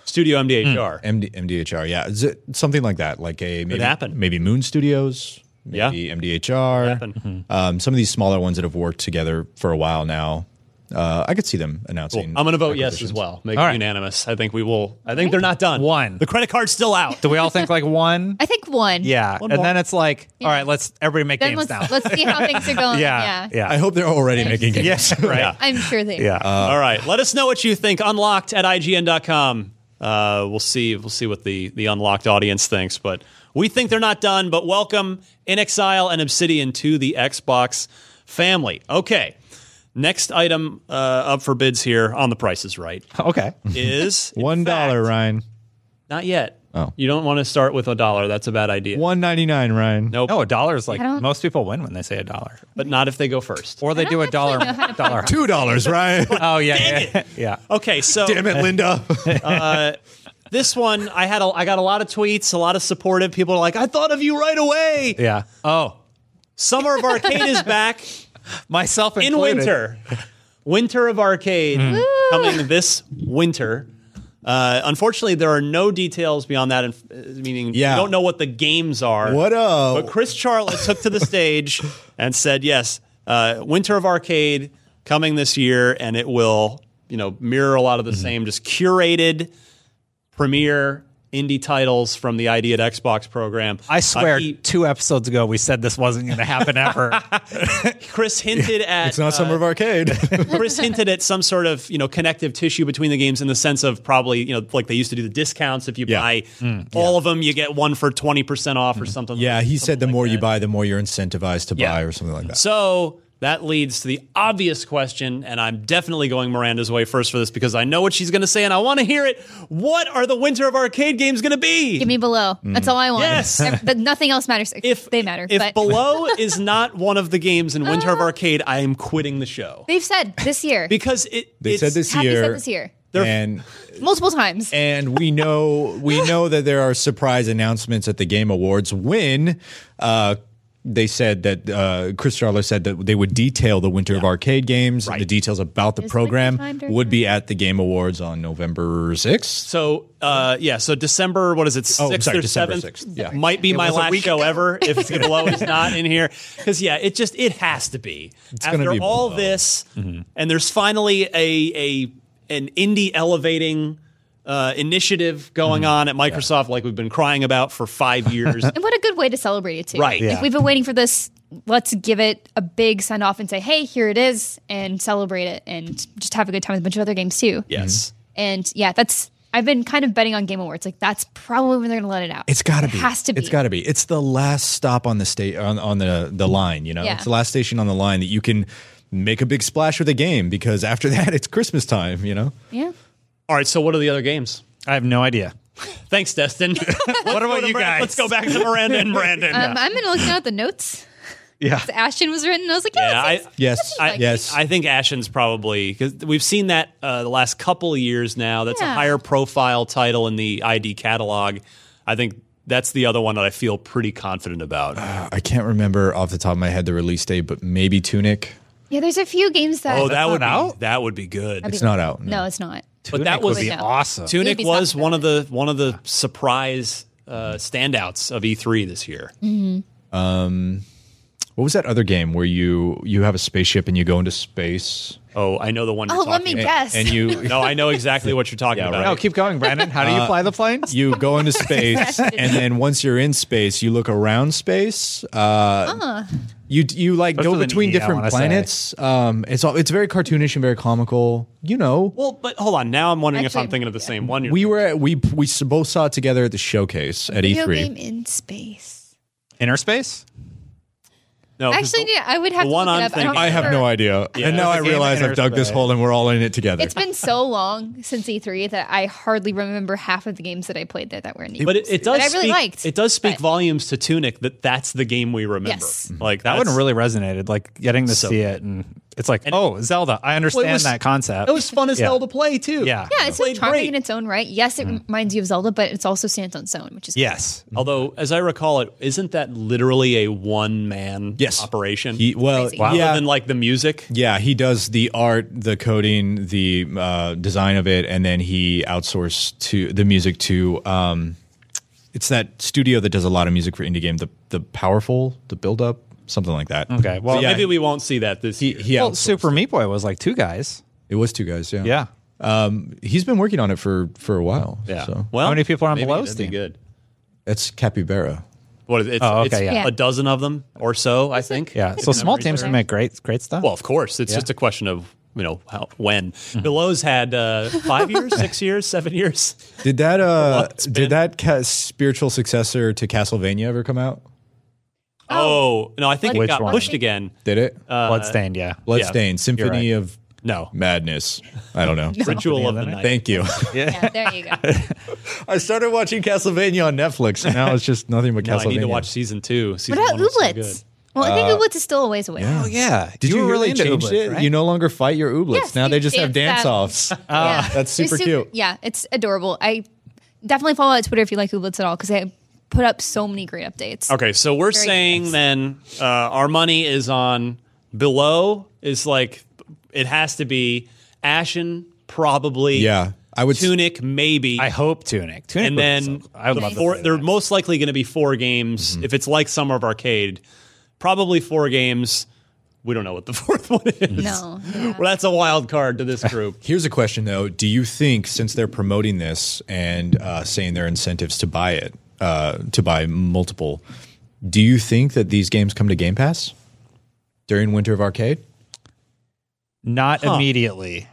Studio
Hmm.
MDHR.
MD, MDHR, yeah, Is it something like that, like a maybe,
happen.
maybe Moon Studios,
Yeah.
maybe MDHR,
happen. Mm-hmm.
um, some of these smaller ones that have worked together for a while now. Uh, I could see them announcing.
I'm going to vote yes as well. Make
All
it
right.
unanimous. I think we will. I think they're not done.
One.
The credit card's still out.
Do we all think like one?
I think one.
Yeah.
One
and
more.
then it's like, all right, let's everybody make
Then
games
let's
now.
let's see how things are going.
yeah.
yeah.
I hope they're already making games.
Yes, right.
Yeah.
I'm sure they.
Yeah.
Uh,
All right. Let us know what you think. Unlocked at IGN.com. Uh, we'll see. We'll see what the the unlocked audience thinks, but we think they're not done. But welcome in exile and Obsidian to the Xbox family. Okay. Next item uh, up for bids here on the Price is Right
Uh, Okay.
is in
One dollar,
fact-
Ryan.
Not yet.
Oh.
You don't want to start with a dollar. That's a bad idea.
One ninety nine, Ryan.
Nope.
No, a dollar is like
I don't-
most people win when they say a dollar,
But not if they go first.
or they do a dollar dollar.
Two dollars, Ryan.
Oh yeah, yeah, yeah.
Okay. So
Damn it, Linda.
this one, I had a, I got a lot of tweets, a lot of supportive people like, I thought of you right away.
Yeah. Oh,
Summer of Arcade is back
myself
in
included.
winter. Winter of Arcade
Mm.
coming this winter. Uh, unfortunately, there are no details beyond that, inf- uh, meaning
Yeah.
we don't know what the games are.
what
But
up?
Chris Charlotte took to the stage and said, "Yes, uh, Winter of Arcade coming this year, and it will, you know, mirror a lot of the
Mm-hmm.
same just curated premiere indie titles from the Idea at Xbox program."
I swear,
Uh, he-
two episodes ago we said this wasn't going to happen ever.
Chris hinted at
It's not
uh,
Summer of Arcade.
Chris hinted at some sort of you know connective tissue between the games in the sense of probably you know like they used to do the discounts if you
Yeah. Mm-hmm.
buy all of them you get one for twenty percent off or something.
yeah, he
something
said the
like
more you
that.
buy, the more you're incentivized to
Yeah.
buy, or something like that.
So that leads to the obvious question, and I'm definitely going Miranda's way first for this because I know what she's going to say and I want to hear it. What are the Winter of Arcade games going to be?
Give me below. That's all I want.
Yes.
Ev- But nothing else matters.
if
If they matter,
if
but Uh-huh.
below is not one of the games in Winter of Arcade, I am quitting the show
they've said this year.
because it
they
it's-
said this
Happy
year.
said this year
They're-
and
multiple times.
and we know we know that there are surprise announcements at the Game Awards when uh, they said that uh, Chris Charler said that they would detail the Winter of Arcade games and the details about the
Is
program
wintertime during
would be at the Game Awards on November sixth.
So uh, yeah, so December what is it?
Oh, I'm
Sixth
sorry,
or
December
seventh?
6th, yeah.
might be
It
my
was a
last
week
show
ago.
ever if Below is not in here because yeah, it just it has to be
gonna
after
be
all
Below.
this, and there's finally a a an indie elevating. Uh, initiative going on at Microsoft, like we've been crying about for five years.
And what a good way to celebrate it too.
Right.
Like
Yeah.
we've been waiting for this. Let's give it a big send off and say, "Hey, here it is," and celebrate it, and just have a good time with a bunch of other games too.
yes,
And yeah, that's I've been kind of betting on Game Awards. Like that's probably when they're going to let it out.
It's got to
It
be.
Has to be.
It's got to be. It's the last stop on the state on, on the the line. You know,
Yeah.
it's the last station on the line that you can make a big splash with a game because after that it's Christmas time. You know.
Yeah.
All right. So, what are the other games?
I have no idea.
Thanks, Destin. what
about you guys?
Let's go back to Miranda and Brandon.
Um, I'm going to look at the notes.
Yeah.
Ashton was written. I was like, yeah,
yeah, I,
Yes.
I,
yes.
I think Ashen's probably because we've seen that uh, the last couple of years now. That's a
Yeah.
higher profile title in the ID catalog. I think that's the other one that I feel pretty confident about.
Uh,
I can't remember off the top of my head the release date, but maybe Tunic.
yeah. There's a few games that.
oh, that would be,
out?
that would be good.
It's not out.
no, it's not.
but that
Tunic would
was
be
No.
awesome.
Tunic
We'll be
was
talking
one of
about
the one of the E surprise uh, standouts of E3 this year.
What was that other game where you you have a spaceship and you go into space?
Oh, I know the one.
Oh,
you're
let
talking
me
about.
guess.
And you
No, I know exactly what you're talking
Yeah,
about.
right.
Oh, keep going, Brandon. How do you fly the planes?
you go into space, and then once you're in space, you look around space. Uh, You you like
Starts
go
with an
between
E, I
different
wanna say.
planets. Um, it's all, it's very cartoonish and very comical. You know,
Well, but hold on. Now I'm wondering if I'm
Actually,
thinking of the same one. You're
we were at, we we s- both saw it together at the showcase at E
Video
E3.
game in space.
Inner space?
no, 'cause
Actually,
the-
yeah, I would have
the
to
Oh, one
look
I'm
it up. don't
thinking-
I have
remember.
no idea. and now
It's
I
a game
realize
in
I've dug this
interspace.
hole and we're all in it together.
It's been so long since E3 that I hardly remember half of the games that I played there that were in E3.
but it, it does.
I really
speak,
liked,
It does speak
but-
volumes to Tunic that that's the game we remember.
Yes.
Mm-hmm.
Like
That
that's-
wouldn't really resonated. Like getting to
So-
see it, and it's like, oh, Zelda. I understand
was-
that concept.
It was fun as
Yeah.
hell to play too.
yeah.
Yeah, it's so
played
charming
great.
in its own right. Yes, it reminds you of Zelda, but it's also stands on its own, which is
Yes.
Although, as I recall, it isn't that literally a one man
Yes.
operation.
He- well,
Crazy. Wow.
Other
yeah,
than like the music.
yeah, he does the art, the coding, the uh, design of it, and then he outsourced to the music to. Um, it's that studio that does a lot of music for indie game. The the powerful, the build up, something like that.
Okay. Well,
yeah,
Maybe we won't see that this
he,
year.
he
well,
outsourced.
Super Meat Boy was like two guys.
It was two guys. Yeah,
Yeah.
He's been working on it for for a while.
Yeah.
So
Well,
How many people are on
maybe
Below's
that'd be
team?
good.
that's Capybara.
What is it? It's,
Oh, okay,
it's
yeah.
a dozen of them or so, I think.
Yeah. So small teams can make great, great stuff.
Well, of course, it's just a question of you know how, when.
Mm-hmm.
Below's had uh, five years, six years, seven years.
Did that uh
it's been-
did that ca- spiritual successor to Castlevania ever come out?
Oh, no, I think it
Which
got
one?
pushed again.
Did it?
Uh,
Uh, Bloodstained. Yeah.
Bloodstained Symphony
you're
of
No,
Madness. I don't know.
Ritual of the Night.
Thank you.
yeah, there you go.
I started watching Castlevania on Netflix, and now it's just nothing but
No,
Castlevania.
I need to watch season two. Season
What about
one was so good.
Ooblets? well, I
Uh,
think Ooblets is still a ways away.
Oh yeah.
Did you, really
into
change
Ooblets,
it?
right?
You no longer fight your ooblets.
Yes,
now
you
they just have dance
dance them.
offs.
Yeah.
Uh, Ah, that's
They're
super cute.
Yeah, it's adorable. I definitely follow out Twitter if you like Ooblets at all because they put up so many great updates.
Okay, so we're
Very
saying
nice.
then uh, our money is on below is like it has to be Ashen probably.
Yeah, I would s-
Tunic maybe.
I hope Tunic. Tunic.
and
would be
then
so- I would love to
four,
play
they're
that.
most likely going to be four games
Mm-hmm.
if it's like Summer of Arcade. Probably four games. We don't know what the fourth one is.
No,
Well, that's a wild card to this group.
Here's a question though: Do you think, since they're promoting this and uh, saying their incentives to buy it, uh, to buy multiple, do you think that these games come to Game Pass during Winter of Arcade?
not immediately.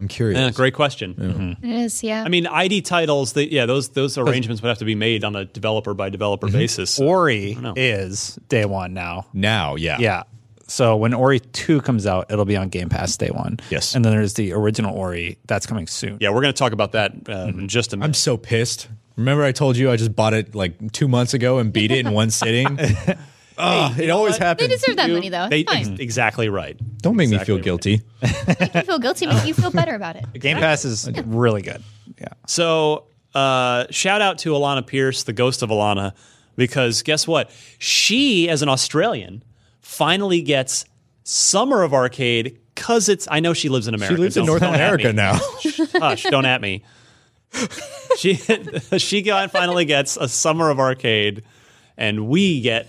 I'm curious.
Yeah, great question.
It is, yeah.
I mean, ID titles. They, yeah, those those arrangements would have to be made on a developer by developer
Mm-hmm.
basis.
Ori is day one now.
Now, yeah,
Yeah. So when Ori 2 comes out, it'll be on Game Pass day one.
Yes.
And then there's the original Ori that's coming soon.
yeah, we're going to talk about that uh, in just a minute.
Mm-hmm. I'm so pissed. Remember, I told you I just bought it like two months ago and beat it in one sitting. Ugh, it always
they
happens.
deserve that money though.
They,
it's
ex-
fine.
exactly right.
Don't make
Exactly
me
right.
feel guilty.
Make you feel guilty, make you feel better about it.
Game Pass is really good. Yeah.
So, uh, shout out to Alana Pierce, the ghost of Alana, because guess what? She, as an Australian, finally gets Summer of Arcade because it's. I know she lives in America.
She lives in
Don't-
North
don't at
America
me.
now.
Hush, don't at me. she she got, finally gets a Summer of Arcade, and we get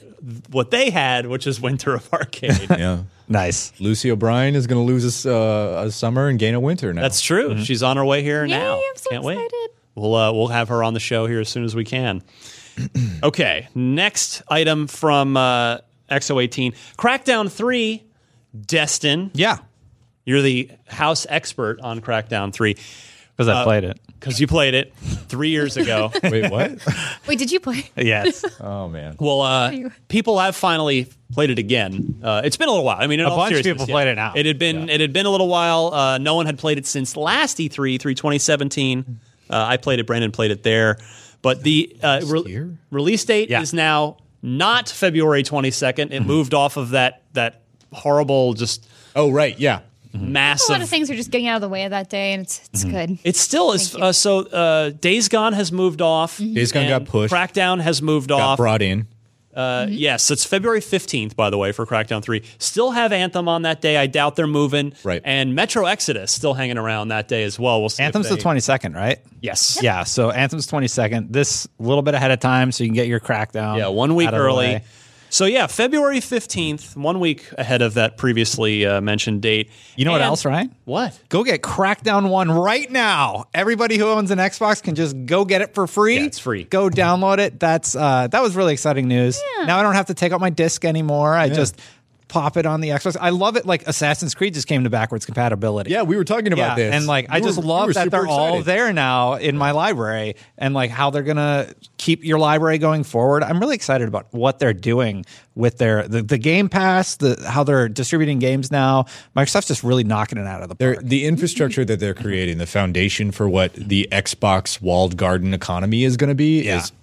what they had, which is Winter of Arcade.
yeah.
Nice.
Lucy O'Brien is going to lose us uh, a summer and gain a winter now.
That's true. She's on her way here
Yay,
now.
I'm so
Can't wait.
excited.
We'll uh, we'll have her on the show here as soon as we can. okay, next item from uh, XO18: Crackdown Three. Destin,
Yeah.
you're the house expert on Crackdown Three
Because I played it.
because you played it three years ago.
Wait, what?
Wait, did you play?
Yes.
oh man.
Well, uh, people have finally played it again. Uh, it's been a little while. I mean, in all
bunch of
seriousness,
people
yeah.
played it now.
It had been it had been a little while. Uh, no one had played it since last E E3, 3 2017. Uh, I played it. Brandon played it there. But the uh, re-
year?
release date
Yeah.
is now not February 22nd. It moved off of that that horrible, just
Oh right, yeah.
A lot
massive
of things are just getting out of the way of that day, and it's it's
Mm-hmm.
good.
It still is. Uh, so uh, Days Gone has moved off.
Days Gone
and
got pushed.
Crackdown has moved
Got
off.
brought in.
Uh,
Mm-hmm.
Yes, it's February 15th, by the way, for Crackdown 3. Still have Anthem on that day. I doubt they're moving.
Right.
And Metro Exodus still hanging around that day as well. We'll see. if
Anthem's
they-
the 22nd, right?
Yes.
Yeah. So Anthem's 22nd. This little bit ahead of time so you can get your crackdown.
Yeah, one week
out of the
early.
way.
So yeah, February fifteenth, one week ahead of that previously uh, mentioned date.
You know what
And-
else, Ryan?
What?
Go get Crackdown 1 right now. Everybody who owns an Xbox can just go get it for free.
Yeah, it's free.
Go download it. That's uh, that was really exciting news. Now I don't have to take out my disc anymore. I just pop it on the Xbox. I love it like Assassin's Creed just came to backwards compatibility.
Yeah, we were talking about
Yeah,
this.
And like I
You
just
were- you
love
were
that
super
they're all
excited.
there now in my library and like how they're gonna keep your library going forward. I'm really excited about what they're doing with their the, the game pass, the how they're distributing games now. Microsoft's just really knocking it out of the
They're,
park.
the infrastructure that they're creating, the foundation for what the Xbox walled garden economy is going to be,
Yeah.
is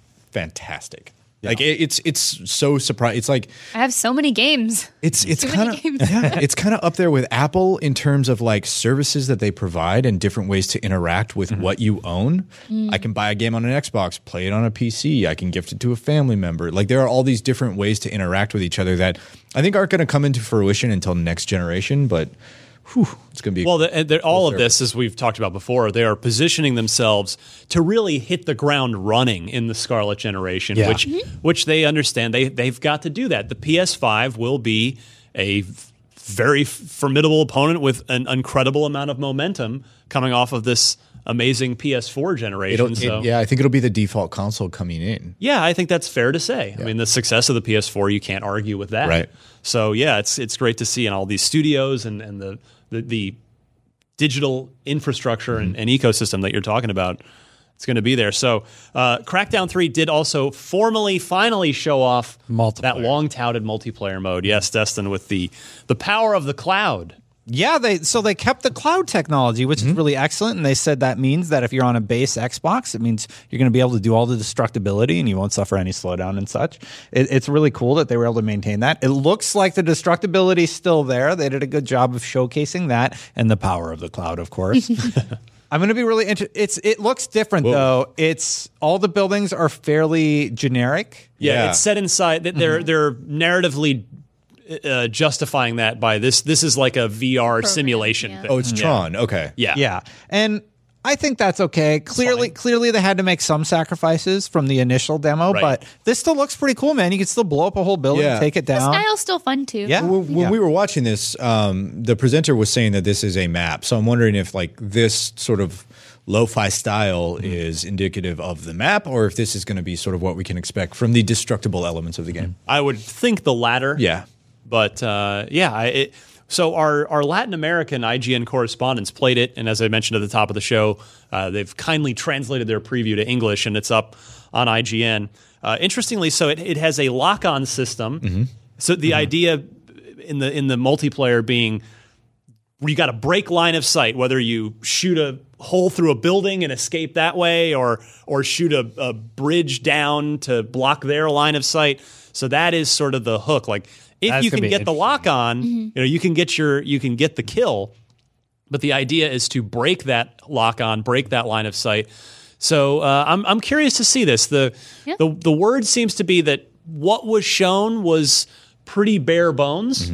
fantastic. Like it, it's it's so surprising. It's like
I have so many games.
it's it's
many
kind of
games.
yeah, it's kind of up there with Apple in terms of like services that they provide and different ways to interact with what you own. I can buy a game on an Xbox, play it on a PC, I can gift it to a family member. Like there are all these different ways to interact with each other that I think aren't going to come into fruition until next generation, but whew, it's going to be
Well, the, and they're- all of this, as we've talked about before, they are positioning themselves to really hit the ground running in the Scarlet generation,
Yeah.
which which they understand they they've got to do that. The PS5 will be a v- very formidable opponent with an incredible amount of momentum coming off of this amazing PS4 generation.
It'll- it-
so.
yeah, I think it'll be the default console coming in.
Yeah, I think that's fair to say. I mean, the success of the PS4, you can't argue with that.
Right.
So yeah, it's it's great to see in all these studios and and the the, the digital infrastructure and,
Mm-hmm.
and ecosystem that you're talking about. It's going to be there. So, uh, Crackdown Three did also formally, finally show off that long touted multiplayer mode. Yes, Destin, with the the power of the cloud.
Yeah, they so they kept the cloud technology, which is really excellent. And they said that means that if you're on a base Xbox, it means you're going to be able to do all the destructibility and you won't suffer any slowdown and such. It, it's really cool that they were able to maintain that. It looks like the destructibility is still there. They did a good job of showcasing that and the power of the cloud, of course. I'm going to be really interested. It's it looks different though. It's all the buildings are fairly generic.
Yeah,
Yeah. Mm-hmm.
it's set inside. th- They're they're narratively uh, justifying that by this. This is like a VR simulation thing.
Oh, it's Tron. Okay.
Yeah.
Yeah. And I think that's okay. Clearly, clearly they had to make some sacrifices from the initial demo,
Right.
but this still looks pretty cool, man. You can still blow up a whole building,
Yeah.
take it
The
down.
style's still fun too.
Yeah.
When, when
Yeah.
we were watching this, um, the presenter was saying that this is a map. So I'm wondering if like this sort of lo-fi style is indicative of the map, or if this is going to be sort of what we can expect from the destructible elements of the game.
I would think the latter.
Yeah.
But uh, yeah, I, it, so our, our Latin American IGN correspondents played it, and as I mentioned at the top of the show, uh, they've kindly translated their preview to English, and it's up on IGN. Uh, interestingly, so it, it has a lock-on system. So the idea in the in the multiplayer being you got to break line of sight, whether you shoot a hole through a building and escape that way, or or shoot a, a bridge down to block their line of sight. So that is sort of the hook. Like if
That's
you
gonna
can
be
get the
interesting.
lock on, you know, you can get your you can get the kill. But the idea is to break that lock on, break that line of sight. So uh, I'm I'm curious to see this. The the the word seems to be that what was shown was pretty bare bones,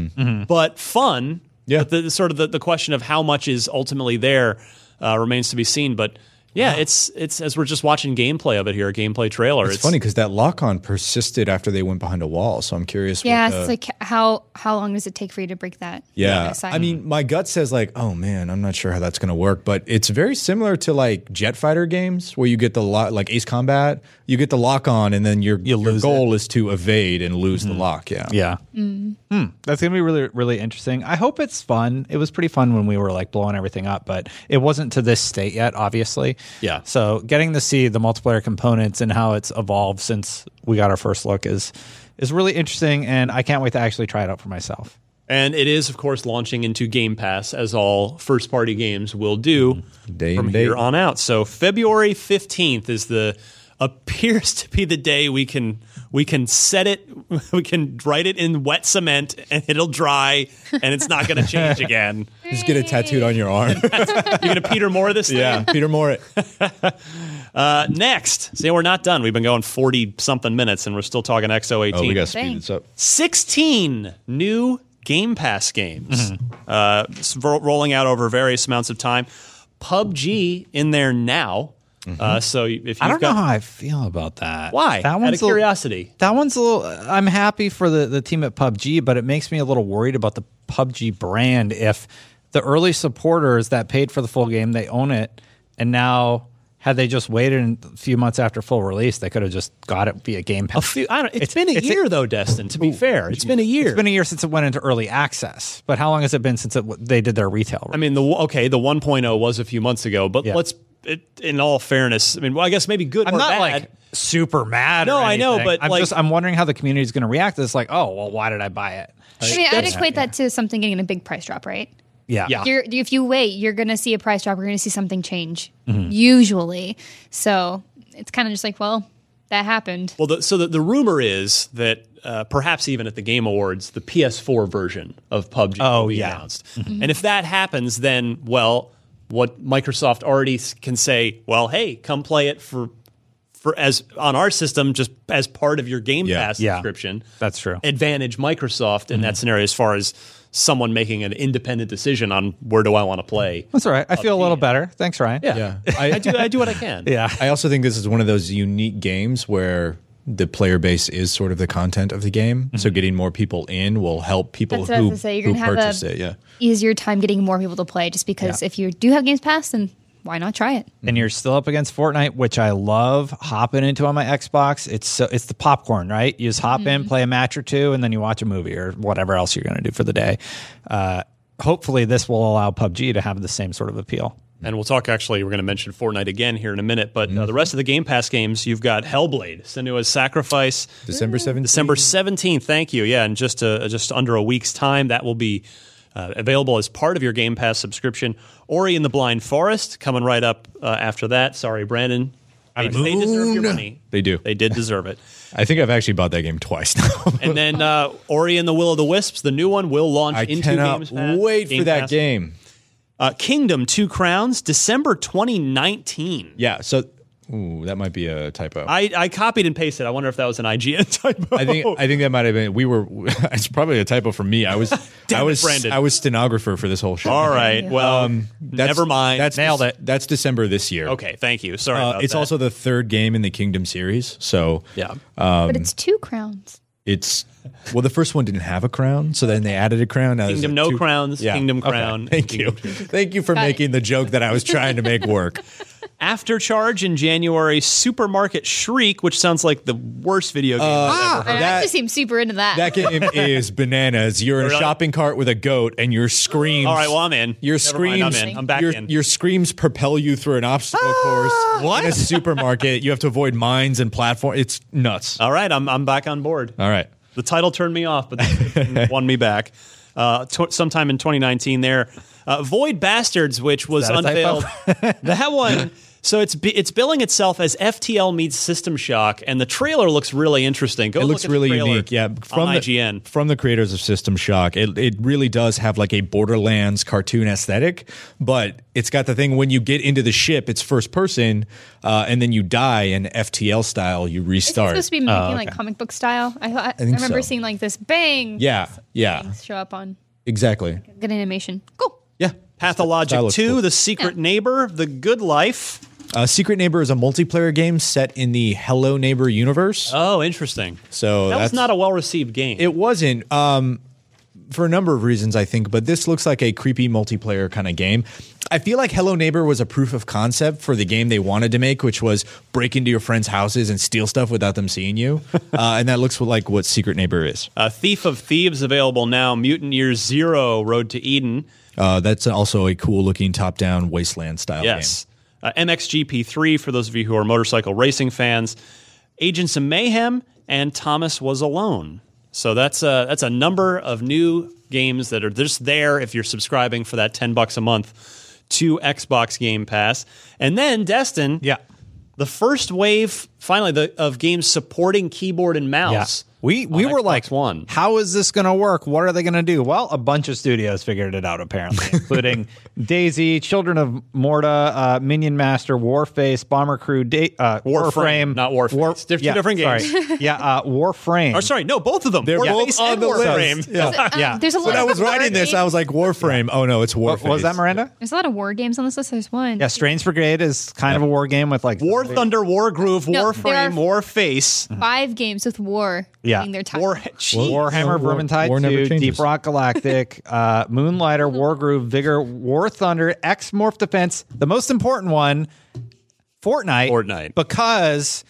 but fun.
Mm-hmm. Yeah.
But the, the sort of the, the question of how much is ultimately there uh, remains to be seen. But yeah, it's it's as we're just watching gameplay of it here, a gameplay trailer.
It's, funny because that lock-on persisted after they went behind a wall. So I'm curious. what
Yeah,
the-
it's like how how long does it take for you to break that?
Yeah.
Aside.
I mean, my gut says like, oh man, I'm not sure how that's going to work, but it's very similar to like jet fighter games where you get the lock, like Ace Combat, you get the lock on and then your, your
lose
goal is to evade and lose the lock. Mm-hmm. Yeah.
Yeah. Hmm. That's going to be really, really interesting. I hope it's fun. It was pretty fun when we were like blowing everything up, but it wasn't to this state yet, obviously.
Yeah.
So getting to see the multiplayer components and how it's evolved since we got our first look is is really interesting and I can't wait to actually try it out for myself.
And it is, of course, launching into Game Pass, as all first party games will do
Day
from
and date.
here on out. So February fifteenth is the appears to be the day we can we can set it we can write it in wet cement and it'll dry and it's not going to change again.
Just get it tattooed on your arm.
You're going to Peter Moore this thing?
yeah. Peter Moore.
Uh, next, see, we're not done. We've been going forty something minutes and we're still talking XO18.
Oh, we got to
Dang.
speed this up.
16 new Game Pass games uh, s- ro- rolling out over various amounts of time. PUBG in there now. Uh, so if you've
I don't
got,
know how I feel about that.
why
That
out of
one's a,
curiosity,
That one's a little. I'm happy for the, the team at PUBG, but it makes me a little worried about the PUBG brand. If the early supporters that paid for the full game, they own it, and now had they just waited a few months after full release, they could have just got it via Game
a
Pass.
few. I don't. it's
It's-
been a
it's a-
year though, Destin. To be fair, it's been a year.
It's been a year since it went into early access, but how long has it been since it, w- they did their retail?
I mean, the okay, the 1.0 was a few months ago, but
Yeah.
let's. It, in all fairness, I mean, well, I guess maybe good
I'm
or
not
bad.
like super mad.
No,
or
I know,
anything.
but,
I'm
like-
just I'm wondering how the community is going to react. to this. like, oh well, why did I buy it?
I mean, I'd
That's-
equate that to something getting a big price drop, right?
Yeah,
Yeah.
You're, if you wait, you're going to see a price drop. You're going to see something change,
Mm-hmm.
usually. So it's kind of just like, well, that happened.
Well, the, so the, the rumor is that uh, perhaps even at the Game Awards, the PS4 version of PUBG will
Oh,
be
yeah.
announced. And if that happens, then, well, what Microsoft already s- can say, well, hey, come play it for. For as on our system, just as part of your Game
Yeah.
Pass
Yeah.
subscription,
That's true.
Advantage Microsoft in that scenario as far as someone making an independent decision on where do I want to play.
That's all right. I feel a little better. Thanks, Ryan.
Yeah, I, I do. I do what I can.
Yeah.
I also think this is one of those unique games where the player base is sort of the content of the game. So getting more people in will help people
That's what I was
who,
gonna say. You're
who
gonna have a-
purchase it. Yeah.
Easier time getting more people to play just because if you do have Games Pass, then why not try it?
Mm-hmm.
And you're still up against Fortnite, which I love hopping into on my Xbox. It's so it's the popcorn, right? You just hop in, play a match or two, and then you watch a movie or whatever else you're going to do for the day. Uh, hopefully, this will allow PUBG to have the same sort of appeal.
And we'll talk actually, we're going to mention Fortnite again here in a minute, but uh, the rest of the Game Pass games, you've got Hellblade, Senua's Sacrifice,
December 7th.
December 17th. Thank you. Yeah, in just uh, just under a week's time, that will be uh, available as part of your Game Pass subscription. Ori in the Blind Forest coming right up uh, after that. Sorry, Brandon. They, they deserve your money.
They do.
They did deserve it.
I think I've actually bought that game twice now.
And then uh, Ori and the Will of the Wisps, the new one, will launch
I
into
cannot
Games Pass-
wait
Game
for that
Pass.
game.
Uh, Kingdom Two Crowns, December 2019.
Yeah. So ooh, that might be a typo.
I, I copied and pasted. I wonder if that was an IGN typo.
I think I think that might have been we were. It's probably a typo for me. I was
Damn
I
it,
was
Brandon.
I was stenographer for this whole show. Um,
All right. Well,
That's-
never mind.
That's
Nailed
Dec-
it.
That's December this year.
Okay. Thank you. Sorry.
Uh,
about
it's
that.
also the third game in the Kingdom series, so
yeah.
Um,
but it's two crowns.
it's well. The first one didn't have a crown, so then they added a crown. Now there's
Kingdom
like
No
two-
Crowns,
Yeah.
Kingdom
Okay.
Crown. and
Thank you,
Kingdom Two.
thank you for
Got it.
making the joke that I was trying to make work.
After Charge in January, Supermarket Shriek, which sounds like the worst video game
Uh,
I've ever heard.
I
that-
actually seem super into that.
That game is bananas. You're in a
Really?
shopping cart with a goat, and your screams.
All right. Well, I'm in.
Your
Never mind,
screams,
I'm in. I'm back
your,
in.
your screams propel you through an obstacle
Ah!
course in a supermarket. you have to avoid mines and platform. It's nuts.
All right. I'm, I'm back on board.
All right,
The title turned me off, but it won me back. Uh, tw sometime in 2019, there, uh, Void Bastards, which was
that a typo?
unveiled. that one. So it's bi- it's billing itself as FTL meets System Shock, and the trailer looks really interesting. Go
it
look
looks
at the
really
trailer
unique. Yeah,
from
the,
IGN.
from the creators of System Shock, it it really does have like a Borderlands cartoon aesthetic, but it's got the thing when you get into the ship, it's first person, uh, and then you die in FTL style. You
Isn't it
restart.
supposed to be making like comic book style. I, I, I remember
so.
seeing like this bang
yeah, yeah,
things show up on
exactly.
good animation. Cool.
Yeah.
Pathologic
That looks
2,
cool.
The Secret Neighbor, The Good Life.
Uh, Secret Neighbor is a multiplayer game set in the Hello Neighbor universe.
Oh, interesting.
so
that was
that's
not a well received game.
It wasn't. Um, for a number of reasons, I think, but this looks like a creepy multiplayer kind of game. I feel like Hello Neighbor was a proof of concept for the game they wanted to make, which was break into your friends' houses and steal stuff without them seeing you. uh, and that looks like what Secret Neighbor is.
uh, Thief of Thieves available now. Mutant Year Zero, Road to Eden.
Uh, that's also a cool looking top down wasteland style
Yes. Uh, MXGP3 for those of you who are motorcycle racing fans. Agents of Mayhem and Thomas Was Alone. So that's a, that's a number of new games that are just there if you're subscribing for that 10 bucks a month to Xbox Game Pass. And then Destin,
Yeah.
the first wave finally the, of games supporting keyboard and mouse
Yeah. We we
On
were
Xbox
like,
One.
how is this going to work? What are they going to do? Well, a bunch of studios figured it out apparently, including Daisy, Children of Morta, uh, Minion Master, Warface, Bomber Crew, da- uh,
Warframe,
Warframe,
not Warface. It's diff- two different games.
sorry. yeah, uh, Warframe.
Or sorry, no, both of them.
They're
Warface
both
and
on the
Warframe.
list. Yeah.
Yeah.
Um, There's a lot
When I
of
was
war
writing this,
games-
I was like Warframe. Oh no, it's
What
Warface.
was that Miranda?
There's a lot of war games on this list. There's one.
Yeah, Strange Brigade is kind of a war game with like
War Thunder, War Groove,
No,
Warframe,
there
Warface,
Five games with war.
Yeah.
being Their title.
War.
Well,
Warhammer,
no, war-
Vermintide
war never
2, Deep
changes.
Rock Galactic, uh, Moonlighter, Wargroove, Vigor, War Thunder, X Morph Defense, the most important one, Fortnite.
Fortnite.
Because,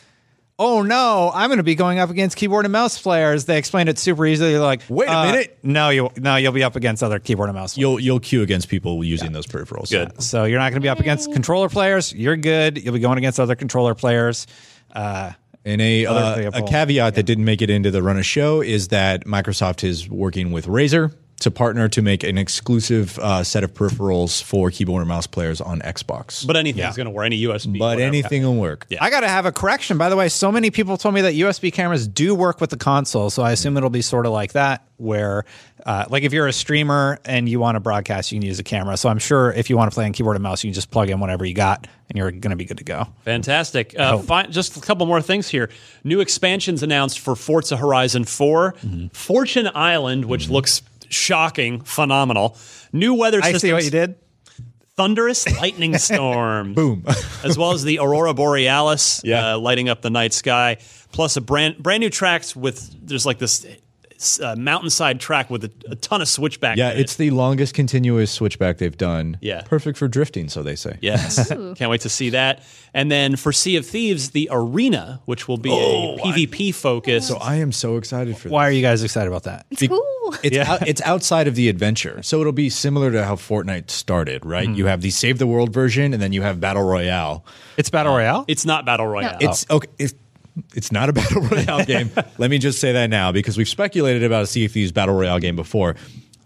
oh no, I'm going to be going up against keyboard and mouse players. They explained it super easily. They're like,
Wait a
uh,
minute.
No, you, no, you'll be up against other keyboard and mouse players.
You'll you'll queue against people using those peripherals.
Good.
So you're not going to be up against controller players. You're good. You'll be going against other controller players. Uh,
And a, uh, a
playable.
caveat that didn't make it into the run of show is that Microsoft is working with Razer to partner to make an exclusive uh, set of peripherals for keyboard and mouse players on Xbox.
But anything's going to work. Any USB.
But
whatever.
anything will work.
I got to have a correction. By the way, so many people told me that USB cameras do work with the console. So I assume it'll be sort of like that, where, uh, like, if you're a streamer and you want to broadcast, you can use a camera. So I'm sure if you want to play on keyboard and mouse, you can just plug in whatever you got and you're going to be good to go.
Fantastic. Uh, fi- just a couple more things here. New expansions announced for Forza Horizon 4, Fortune Island, which looks shocking, phenomenal. New weather
I
systems.
see what you did.
Thunderous lightning storm. Boom. as well as the Aurora Borealis
Yeah.
uh, lighting up the night sky, plus a brand brand new tracks with, there's like this uh, mountainside track with a, a ton of switchback.
Yeah,
in it.
it's the longest continuous switchback they've done.
Yeah.
Perfect for drifting, so they say.
Yes. Can't wait to see that. And then for Sea of Thieves, the arena, which will be a PvP focus.
Oh, So I am so excited for
Why
this.
are you guys excited about that?
It's cool.
It's, out, it's outside of the adventure. So it'll be similar to how Fortnite started, right? You have the Save the World version and then you have Battle Royale.
It's Battle Royale?
It's not battle royale.
It's okay. It's, it's not a battle royale game. Let me just say that now because we've speculated about a Sea of Thieves battle royale game before.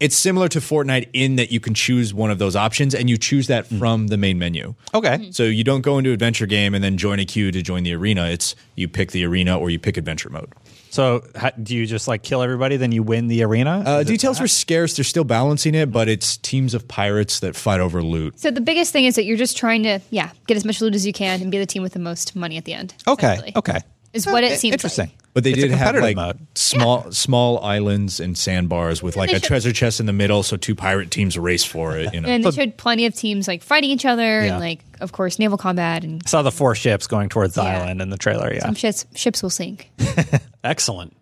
It's similar to Fortnite in that you can choose one of those options and you choose that from the main menu.
Mm-hmm.
okay.
So you don't go into adventure game and then join a queue to join the arena. It's you pick the arena or you pick adventure mode.
So ha- do you just like kill everybody, then you win the arena?
Uh, details were scarce. They're still balancing it, but it's teams of pirates that fight over loot.
So the biggest thing is that you're just trying to, yeah, get as much loot as you can and be the team with the most money at the end.
okay.
essentially.
Okay.
Is what it
I-
seems
Interesting.
like.
But they
It's a
did have like
competitive mode.
small small islands and sandbars with like
they
a
should-
treasure chest in the middle, so two pirate teams race for it. You know,
And they showed plenty of teams like fighting each other
Yeah.
and like, of course, naval combat and
saw the four ships going towards the
Yeah.
island in the trailer. Yeah.
some ships, ships will sink.
Excellent.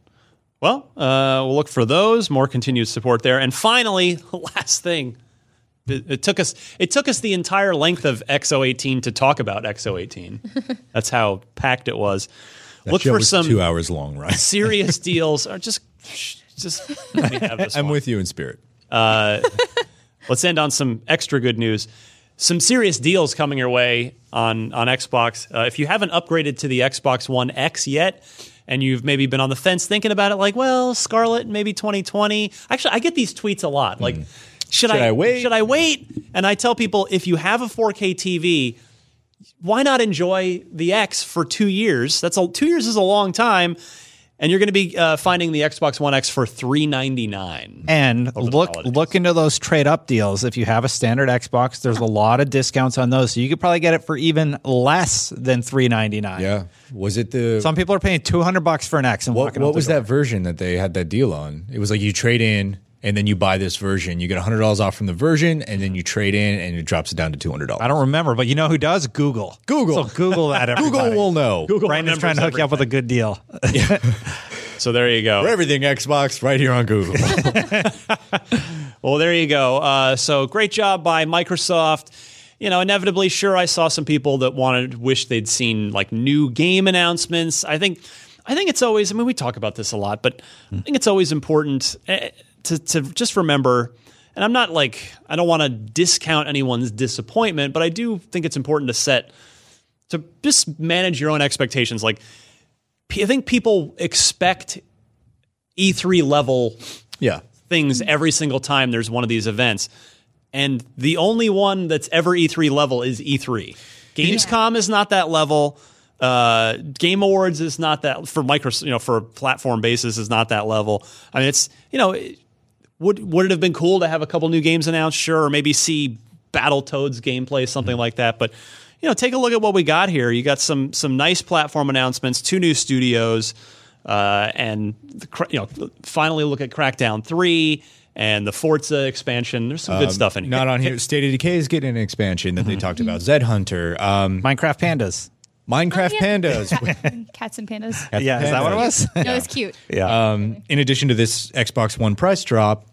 Well, uh, we'll look for those. More continued support there. And finally, last thing. It it took us. It took us the entire length of XO18 to talk about XO18. That's how packed it was. Look
Show
for
was
some
two hours long, right?
serious deals. Or just, just let me have this
I'm
one.
with you in spirit.
Let's end on some extra good news. Some serious deals coming your way on on Xbox. Uh, if you haven't upgraded to the Xbox One X yet, and you've maybe been on the fence thinking about it, like, well, Scarlet, maybe 2020. Actually, I get these tweets a lot. Like, should,
Hmm. I wait?
Should I wait? And I tell people, if you have a 4K TV, why not enjoy the X for two years? That's a, two years is a long time, and you're going to be uh, finding the Xbox One X for 399.
And look
holidays.
look into those trade up deals. If you have a standard Xbox, there's a lot of discounts on those. So you could probably get it for even less than three ninety nine.
Yeah. Was it the
Some people are paying two hundred bucks for an X and
what,
walking
what
out the
was
door.
that version that they had that deal on? It was like you trade in and then you buy this version. You get hundred dollars off from the version, and then you trade in and it drops it down to two hundred
I
dollars.
don't remember, but you know who does? Google.
Google.
So Google that.
Google
everybody.
will know
Brandon's trying to hook you up with a good deal.
So there you go.
for everything Xbox right here on Google.
Well, there you go. Uh, so great job by Microsoft. You know, inevitably, sure, I saw some people that wanted, wish they'd seen like new game announcements. I think, I think it's always. I mean, we talk about this a lot, but I think it's always important eh, to to just remember. And I'm not like I don't want to discount anyone's disappointment, but I do think it's important to set to just manage your own expectations. Like, I think people expect E3 level
yeah.
things every single time there's one of these events. And E the only one that's ever E3 level is E3. Gamescom is not that level. Uh, Game Awards is not that for micro, you know, for platform basis is not that level. I mean, it's you know, it- would would it have been cool to have a couple new games announced? Sure, or maybe see Battletoads gameplay, something like that. But you know, take a look at what we got here. You got some some nice platform announcements, two new studios, uh, and the, cra- you know, finally look at Crackdown three and the Forza expansion. There's some good stuff in here.
Not on here. State of Decay is getting an expansion that they talked about. Zed Hunter, um,
Minecraft pandas.
Minecraft
Oh, yeah.
Pandas.
Cats and pandas.
Yeah, is that what it was? Uh,
No, it's cute.
yeah.
Um, in addition to this Xbox One price drop,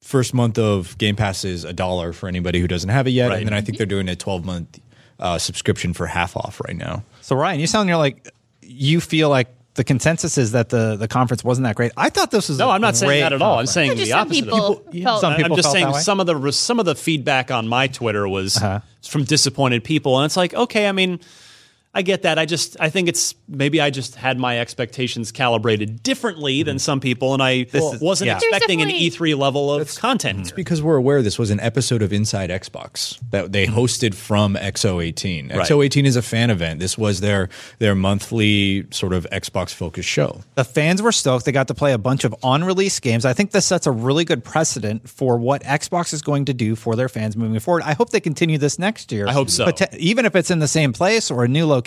first month of Game Pass is a dollar for anybody who doesn't have it yet,
Right.
and then I think they're doing a twelve month uh, subscription for half off right now.
so Ryan, you sound you're like you feel like the consensus is that the the conference wasn't that great. I thought this was
no,
i
I'm not saying that at all. I'm saying
just
the
some
opposite. of that.
people, felt
some people
I'm just
felt
saying
that way? Uh-huh.
some of the some of the feedback on my Twitter was from disappointed people, and it's like, okay, I mean, I get that. I just I think it's maybe I just had my expectations calibrated differently than some people, and I
Mm-hmm. is-
wasn't
yeah.
There's
expecting an
definitely-
E3 level of content. here.
Because we're aware this was an episode of Inside Xbox that they hosted from XO18.
Right.
XO18 is a fan event. This was their their monthly sort of Xbox focused show.
The fans were stoked. They got to play a bunch of on release games. I think this sets a really good precedent for what Xbox is going to do for their fans moving forward. I hope they continue this next year. I
hope so.
even if it's in the same place or a new location,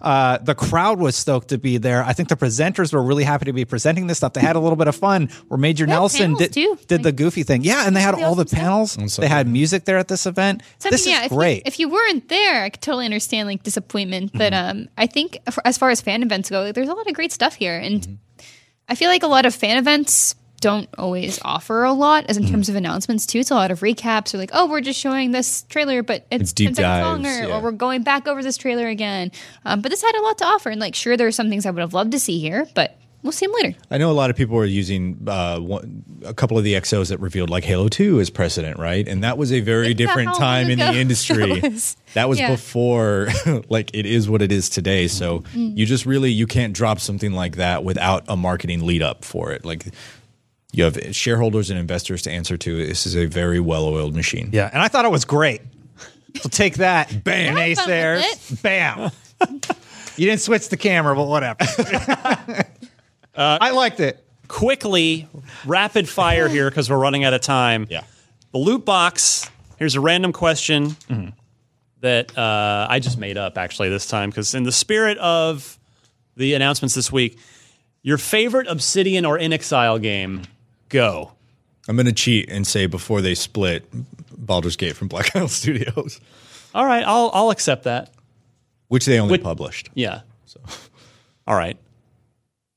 uh, the crowd was stoked to be there. I think the presenters were really happy to be presenting this stuff. They had a little bit of fun where Major
They had
Nelson
panels,
did,
too.
did the goofy thing. Yeah, and they had
They
all the
also said-
panels. They had music there at this event.
So, I
this
mean,
is
if
great.
You, if you weren't there, I could totally understand like disappointment. But
Mm-hmm.
um, I think f- as far as fan events go, like, there's a lot of great stuff here, and
Mm-hmm.
I feel like a lot of fan events don't always offer a lot as in
Mm-hmm.
terms of announcements too. It's a lot of recaps or like, oh, we're just showing this trailer, but it's
Deep
ten seconds
dives,
longer,
yeah.
or we're going back over this trailer again. Um, but this had a lot to offer, and like, sure, there are some things I would have loved to see here, but we'll see them later.
I know a lot of people were using uh, one, a couple of the XOs that revealed like Halo 2 as precedent, right? And that was a very
Isn't that
different
how long
time in the
ago that
industry.
was?
That was
Yeah.
before like it is what it is today. So
Mm-hmm. Mm.
you just really you can't drop something like that without a marketing lead up for it. Like you have shareholders and investors to answer to. This is a very well-oiled machine.
Yeah, and I thought it was great. So take that, bam,
I had fun
naysayers,
with
bam. you didn't switch the camera, but whatever.
Uh,
I liked it.
Quickly, rapid fire here because we're running out of time.
Yeah.
The loot box. Here's a random question
Mm-hmm.
that uh, I just made up actually this time because in the spirit of the announcements this week, your favorite Obsidian or In Exile game, go.
I'm going to cheat and say before they split Baldur's Gate from Black Isle Studios,
All right, I'll I'll accept that.
which they only
With-
published.
Yeah. So, all right.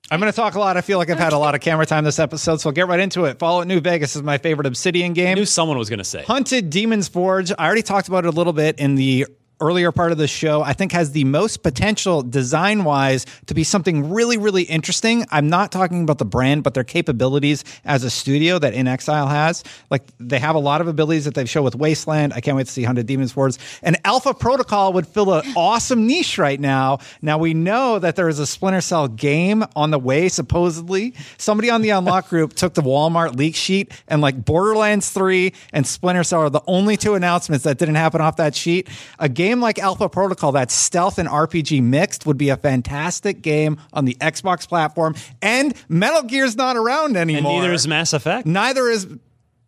I'm going to talk a lot. I feel like I've had a lot of camera time this episode, so I'll get right into it. Fallout New Vegas is my favorite Obsidian
I
game.
knew someone was going to say.
Hunted Demon's Forge. I already talked about it a little bit in the earlier part of the show. I think has the most potential design wise to be something really, really interesting. I'm not talking about the brand, but their capabilities as a studio that In Exile has. Like they have a lot of abilities that they've shown with Wasteland. I can't wait to see Hunted Demon's Forge. And Alpha Protocol would fill an awesome niche right now. Now we know that there is a Splinter Cell game on the way, supposedly. Somebody on the Unlock group took the Walmart leak sheet and like Borderlands 3 and Splinter Cell are the only two announcements that didn't happen off that sheet. A game like Alpha Protocol that's stealth and RPG mixed would be a fantastic game on the Xbox platform. And Metal Gear's not around
And
anymore.
neither is Mass Effect.
neither is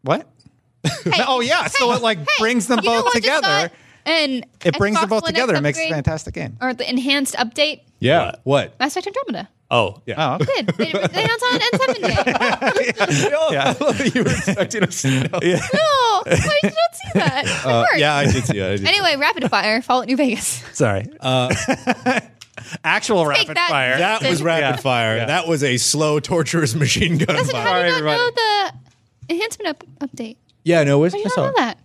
what? oh yeah, so it like brings them
You know
both
what I just
together.
thought? And
It brings them
Xbox
both
One X
together. It makes a
upgrade,
fantastic game.
or the enhanced update.
Yeah. What?
Mass Effect Andromeda.
Oh,
Oh, okay.
Good. They, they announced on N7 Day.
you were expecting us to know.
No, why did you not see that? It worked.
Uh, Yeah, I did see it. I did see it.
Anyway, rapid fire, Fallout New Vegas.
Sorry. Actual
Take
rapid
that,
fire.
That was
Justin.
rapid fire. That was a slow, torturous machine gun
Listen,
fire.
how do you
Sorry,
not know the enhancement up- update?
Yeah, no, it was.
How do you
I
not
saw
know
it.
that?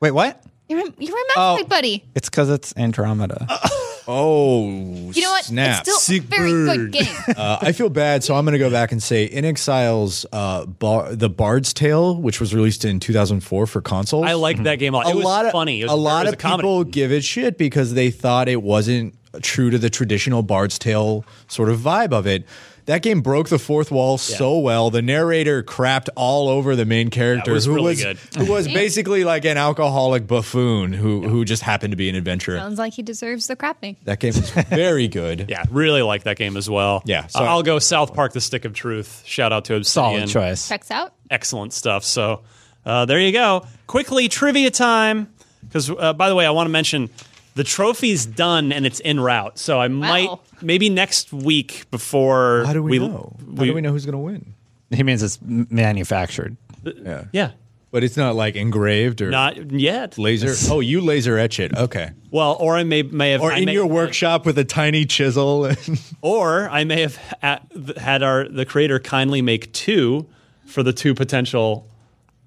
Wait, what?
You're, a- you're a Mass
Oh.
Effect buddy.
It's because it's Andromeda.
Oh,
You know what?
Snap.
It's still a very good game.
uh, I feel bad, so I'm going to go back and say In Exile's uh, Bar- The Bard's Tale, which was released in 2004 for consoles.
I liked that game a lot.
a
it was
lot of,
funny. It was,
a
it
lot
was
of
comedy.
people give it shit because they thought it wasn't true to the traditional Bard's Tale sort of vibe of it. That game broke the fourth wall so well. The narrator crapped all over the main character,
was
who
really
was
good.
who was basically like an alcoholic buffoon who who just happened to be an adventurer.
Sounds like he deserves the crapping.
That game was very good.
Yeah, really like that game as well.
Yeah, so-
Uh, I'll go South Park: The Stick of Truth. Shout out to
Solid
Obsidian.
choice.
Checks out.
excellent stuff. So uh, there you go. Quickly, trivia time. Because, uh, by the way, I want to mention the trophy's done and it's en route. So I might, maybe next week before.
How do we, know? How
we-
do we know who's going to win?
He means it's m- manufactured.
Yeah.
Yeah.
But it's not like engraved or
Not yet.
laser. Oh, you laser etch it. Okay.
Well, or I may, may have.
Or
I
in
may-
your workshop with a tiny chisel. And
Or I may have at, had our the creator kindly make two for the two potential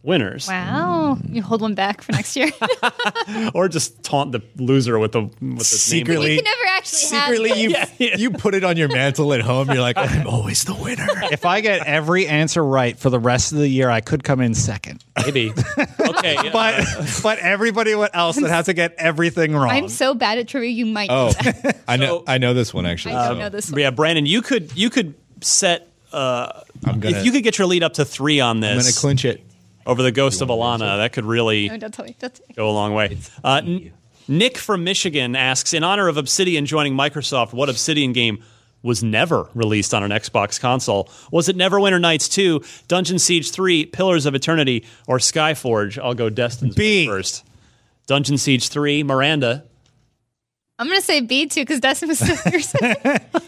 winners.
Wow. You hold one back for next year. you
Or just taunt the loser with the, with the name.
secretly.
can never actually
Secretly,
have.
you
yeah.
you put it on your mantle at home. You're like, I'm always the winner.
If I get every answer right for the rest of the year, I could come in second.
Maybe. Okay. yeah.
But but everybody else that has to get everything wrong.
I'm so bad at trivia. You might.
Oh, Um, I know. I know this one actually.
I don't
so
know this.
But
One.
yeah, Brandon, you could you could set uh,
I'm gonna.
if you could get your lead up to three on
I'm gonna
this
clinch it.
over the ghost of Alana, that could really
No, don't tell me. Don't tell me.
go a long way. Uh, N- Nick from Michigan asks, in honor of Obsidian joining Microsoft, what Obsidian game was never released on an Xbox console? Was it Neverwinter Nights 2, Dungeon Siege 3, Pillars of Eternity, or Skyforge? I'll go Destin's
B.
first. Dungeon Siege 3, Miranda.
I'm gonna say B too because Dustin was so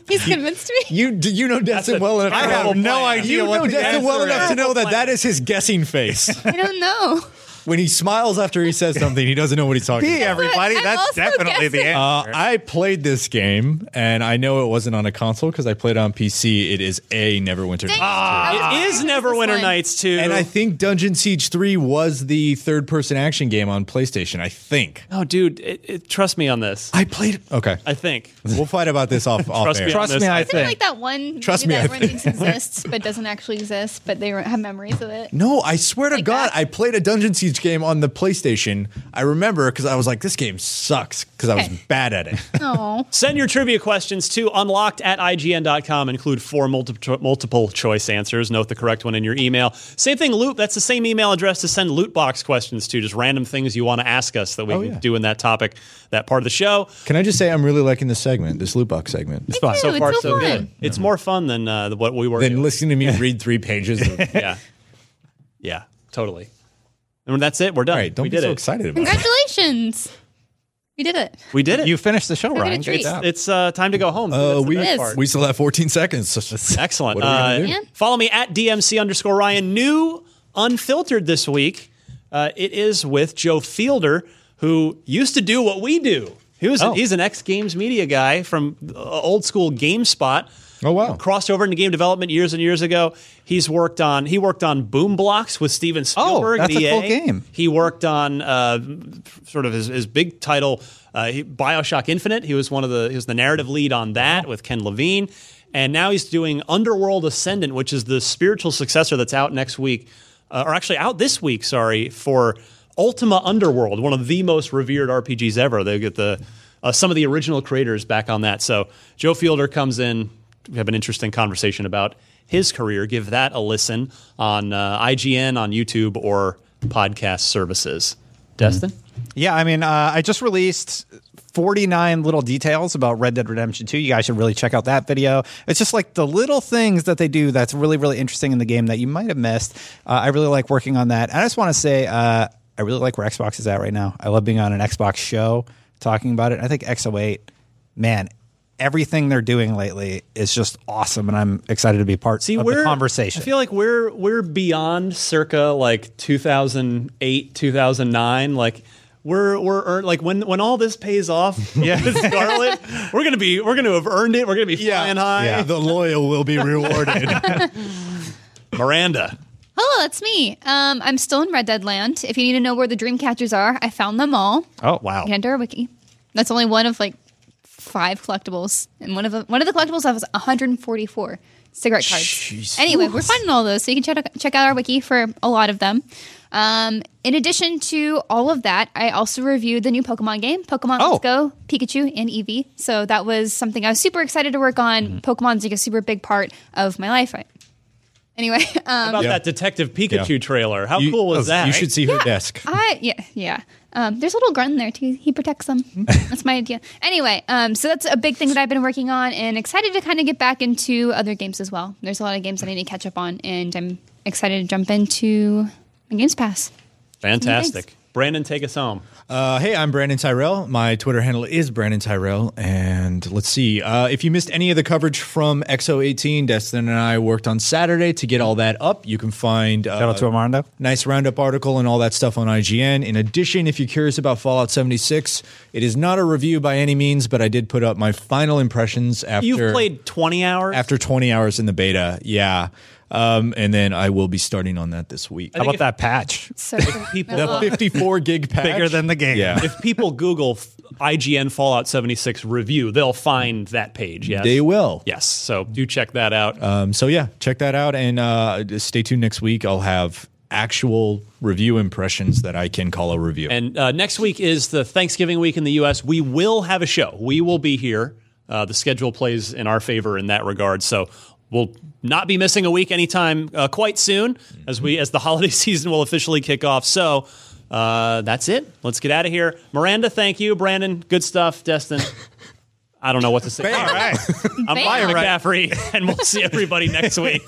He's convinced me.
You do you know Destin well enough?
I
to
have
know-
no idea
You
what
know
the
Destin well
answer
enough
is.
to know that that is his guessing face.
I don't know.
when he smiles after he says something, he doesn't know what he's talking
B,
about.
everybody,
I'm
that's
also
definitely the
guessing.
answer.
Uh, I played this game, and I know it wasn't on a console because I played on PC. It is a Neverwinter.
Dang it.
Nights.
I was
Ah. It
confused
is
with this
Neverwinter
one.
Nights 2.
Ah. And I think Dungeon Siege 3 was the third person action game on PlayStation, I think.
oh, dude, it, it, trust me on this.
I played Okay.
I think.
We'll fight about this off, off
Trust
air.
me,
Trust me, I
I feel
think.
like that one.
Trust
movie
me,
that
I
one
think.
exists but doesn't actually exist, but they have memories of it.
no, I swear to
Like
God,
that.
I played a Dungeon Siege game on the PlayStation. I remember because I was like, this game sucks because I was
Okay. Oh.
bad at it.
No.
Send your trivia questions to unlocked at IGN.com. Include four multiple, multiple choice answers. Note the correct one in your email. Same thing, Loot. That's the same email address to send loot box questions to. Just random things you want to ask us that we
Oh,
can
yeah.
do in that topic, that part of the show.
Can I just say I'm really liking this segment, this loot box segment?
fun.
So
it's
far,
so
so
fun.
good. It's more fun than uh, what we were.
Then
doing.
listening to me read three pages. Of- All
Yeah. Yeah, totally. And that's it. We're done.
right, don't
we
be
did
so
it.
excited about it.
Congratulations. We did it.
We did it.
You finished the show,
a
Ryan. Great
treat.
job.
it's uh, time to go home.
Uh,
That's the
we,
best
Yes.
part.
we still have 14 seconds.
Excellent.
What are we gonna
Uh,
do?
Follow me at DMC underscore Ryan. New unfiltered this week. Uh, it is with Joe Fielder, who used to do what we do. He was
Oh.
he's an ex Games Media guy from uh, old school GameSpot.
Oh, wow.
Crossed over into game development years and years ago. He's worked on he worked on Boom Blocks with Steven
Oh,
Spielberg.
that's
at
a
EA.
cool game.
He worked on uh, sort of his, his big title, uh, he- Bioshock Infinite. He was one of the he was the narrative lead on that with Ken Levine, and now he's doing Underworld Ascendant, which is the spiritual successor that's out next week, uh, or actually out this week. Sorry for Ultima Underworld, one of the most revered RPGs ever. They get the uh, some of the original creators back on that. So Joe Fielder comes in. We have an interesting conversation about his career. Give that a listen on uh, IGN, on YouTube, or podcast services. Destin?
Yeah, I mean, uh, I just released 49 little details about Red Dead Redemption 2. You guys should really check out that video. It's just like the little things that they do that's really, really interesting in the game that you might have missed. Uh, I really like working on that. And I just want to say, uh, I really like where Xbox is at right now. I love being on an Xbox show talking about it. I think XO8, man, everything they're doing lately is just awesome. And I'm excited to be part
See,
of
we're
the conversation.
I feel like we're we're beyond circa like 2008, 2009. Like we're we're earn, like when when all this pays off, yeah, Scarlet, we're gonna be we're gonna have earned it. We're gonna be flying high.
Yeah. The loyal will be rewarded.
Miranda,
Hello, it's me. Um, I'm still in Red Dead Land. If you need to know where the dream catchers are, I found them all.
oh, wow.
You can enter a wiki. That's only one of like five collectibles, and one of the, one of the collectibles I was 144 cigarette cards. Anyway, we're finding all those, so you can check check out our wiki for a lot of them. Um, in addition to all of that, I also reviewed the new Pokemon game, Pokemon
Oh.
Let's Go, Pikachu, and Eevee. So that was something I was super excited to work on.
Mm-hmm.
Pokemon's like a super big part of my life. I- Anyway, um,
about that Detective Pikachu
Yeah.
trailer. How cool was that?
You should see her desk.
I yeah yeah. Um, there's a little grunt in there too. He protects them. That's my idea. Anyway, um, so that's a big thing that I've been working on, and excited to kind of get back into other games as well. There's a lot of games that I need to catch up on, and I'm excited to jump into my Games Pass.
Fantastic. Brandon, take us home.
Uh, hey, I'm Brandon Tyrell. My Twitter handle is Brandon Tyrell. And let's see. Uh, if you missed any of the coverage from XO18, Destin and I worked on Saturday to get all that up. You can find uh,
Shout out to Armando.
nice roundup article and all that stuff on IGN. In addition, if you're curious about Fallout 76, it is not a review by any means, but I did put up my final impressions after
You've played 20 hours.
after 20 hours in the beta. Yeah. Um, and then I will be starting on that this week.
How about that patch?
So
people-
Well,
The 54 gig patch.
Bigger than the game.
Yeah.
if people Google f- IGN Fallout 76 review, they'll find that page. Yes.
They will.
Yes. So do check that out.
Um, so yeah, check that out and uh, just stay tuned next week. I'll have actual review impressions that I can call a review.
And uh, next week is the Thanksgiving week in the U.S. We will have a show. We will be here. Uh, the schedule plays in our favor in that regard. So we'll not be missing a week anytime uh, quite soon as we as the holiday season will officially kick off. So uh, that's it. Let's get out of here. Miranda, thank you. Brandon, good stuff. Destin. I don't know what to say. All right. I'm
Bam.
Brian McCaffrey, and we'll see everybody next week.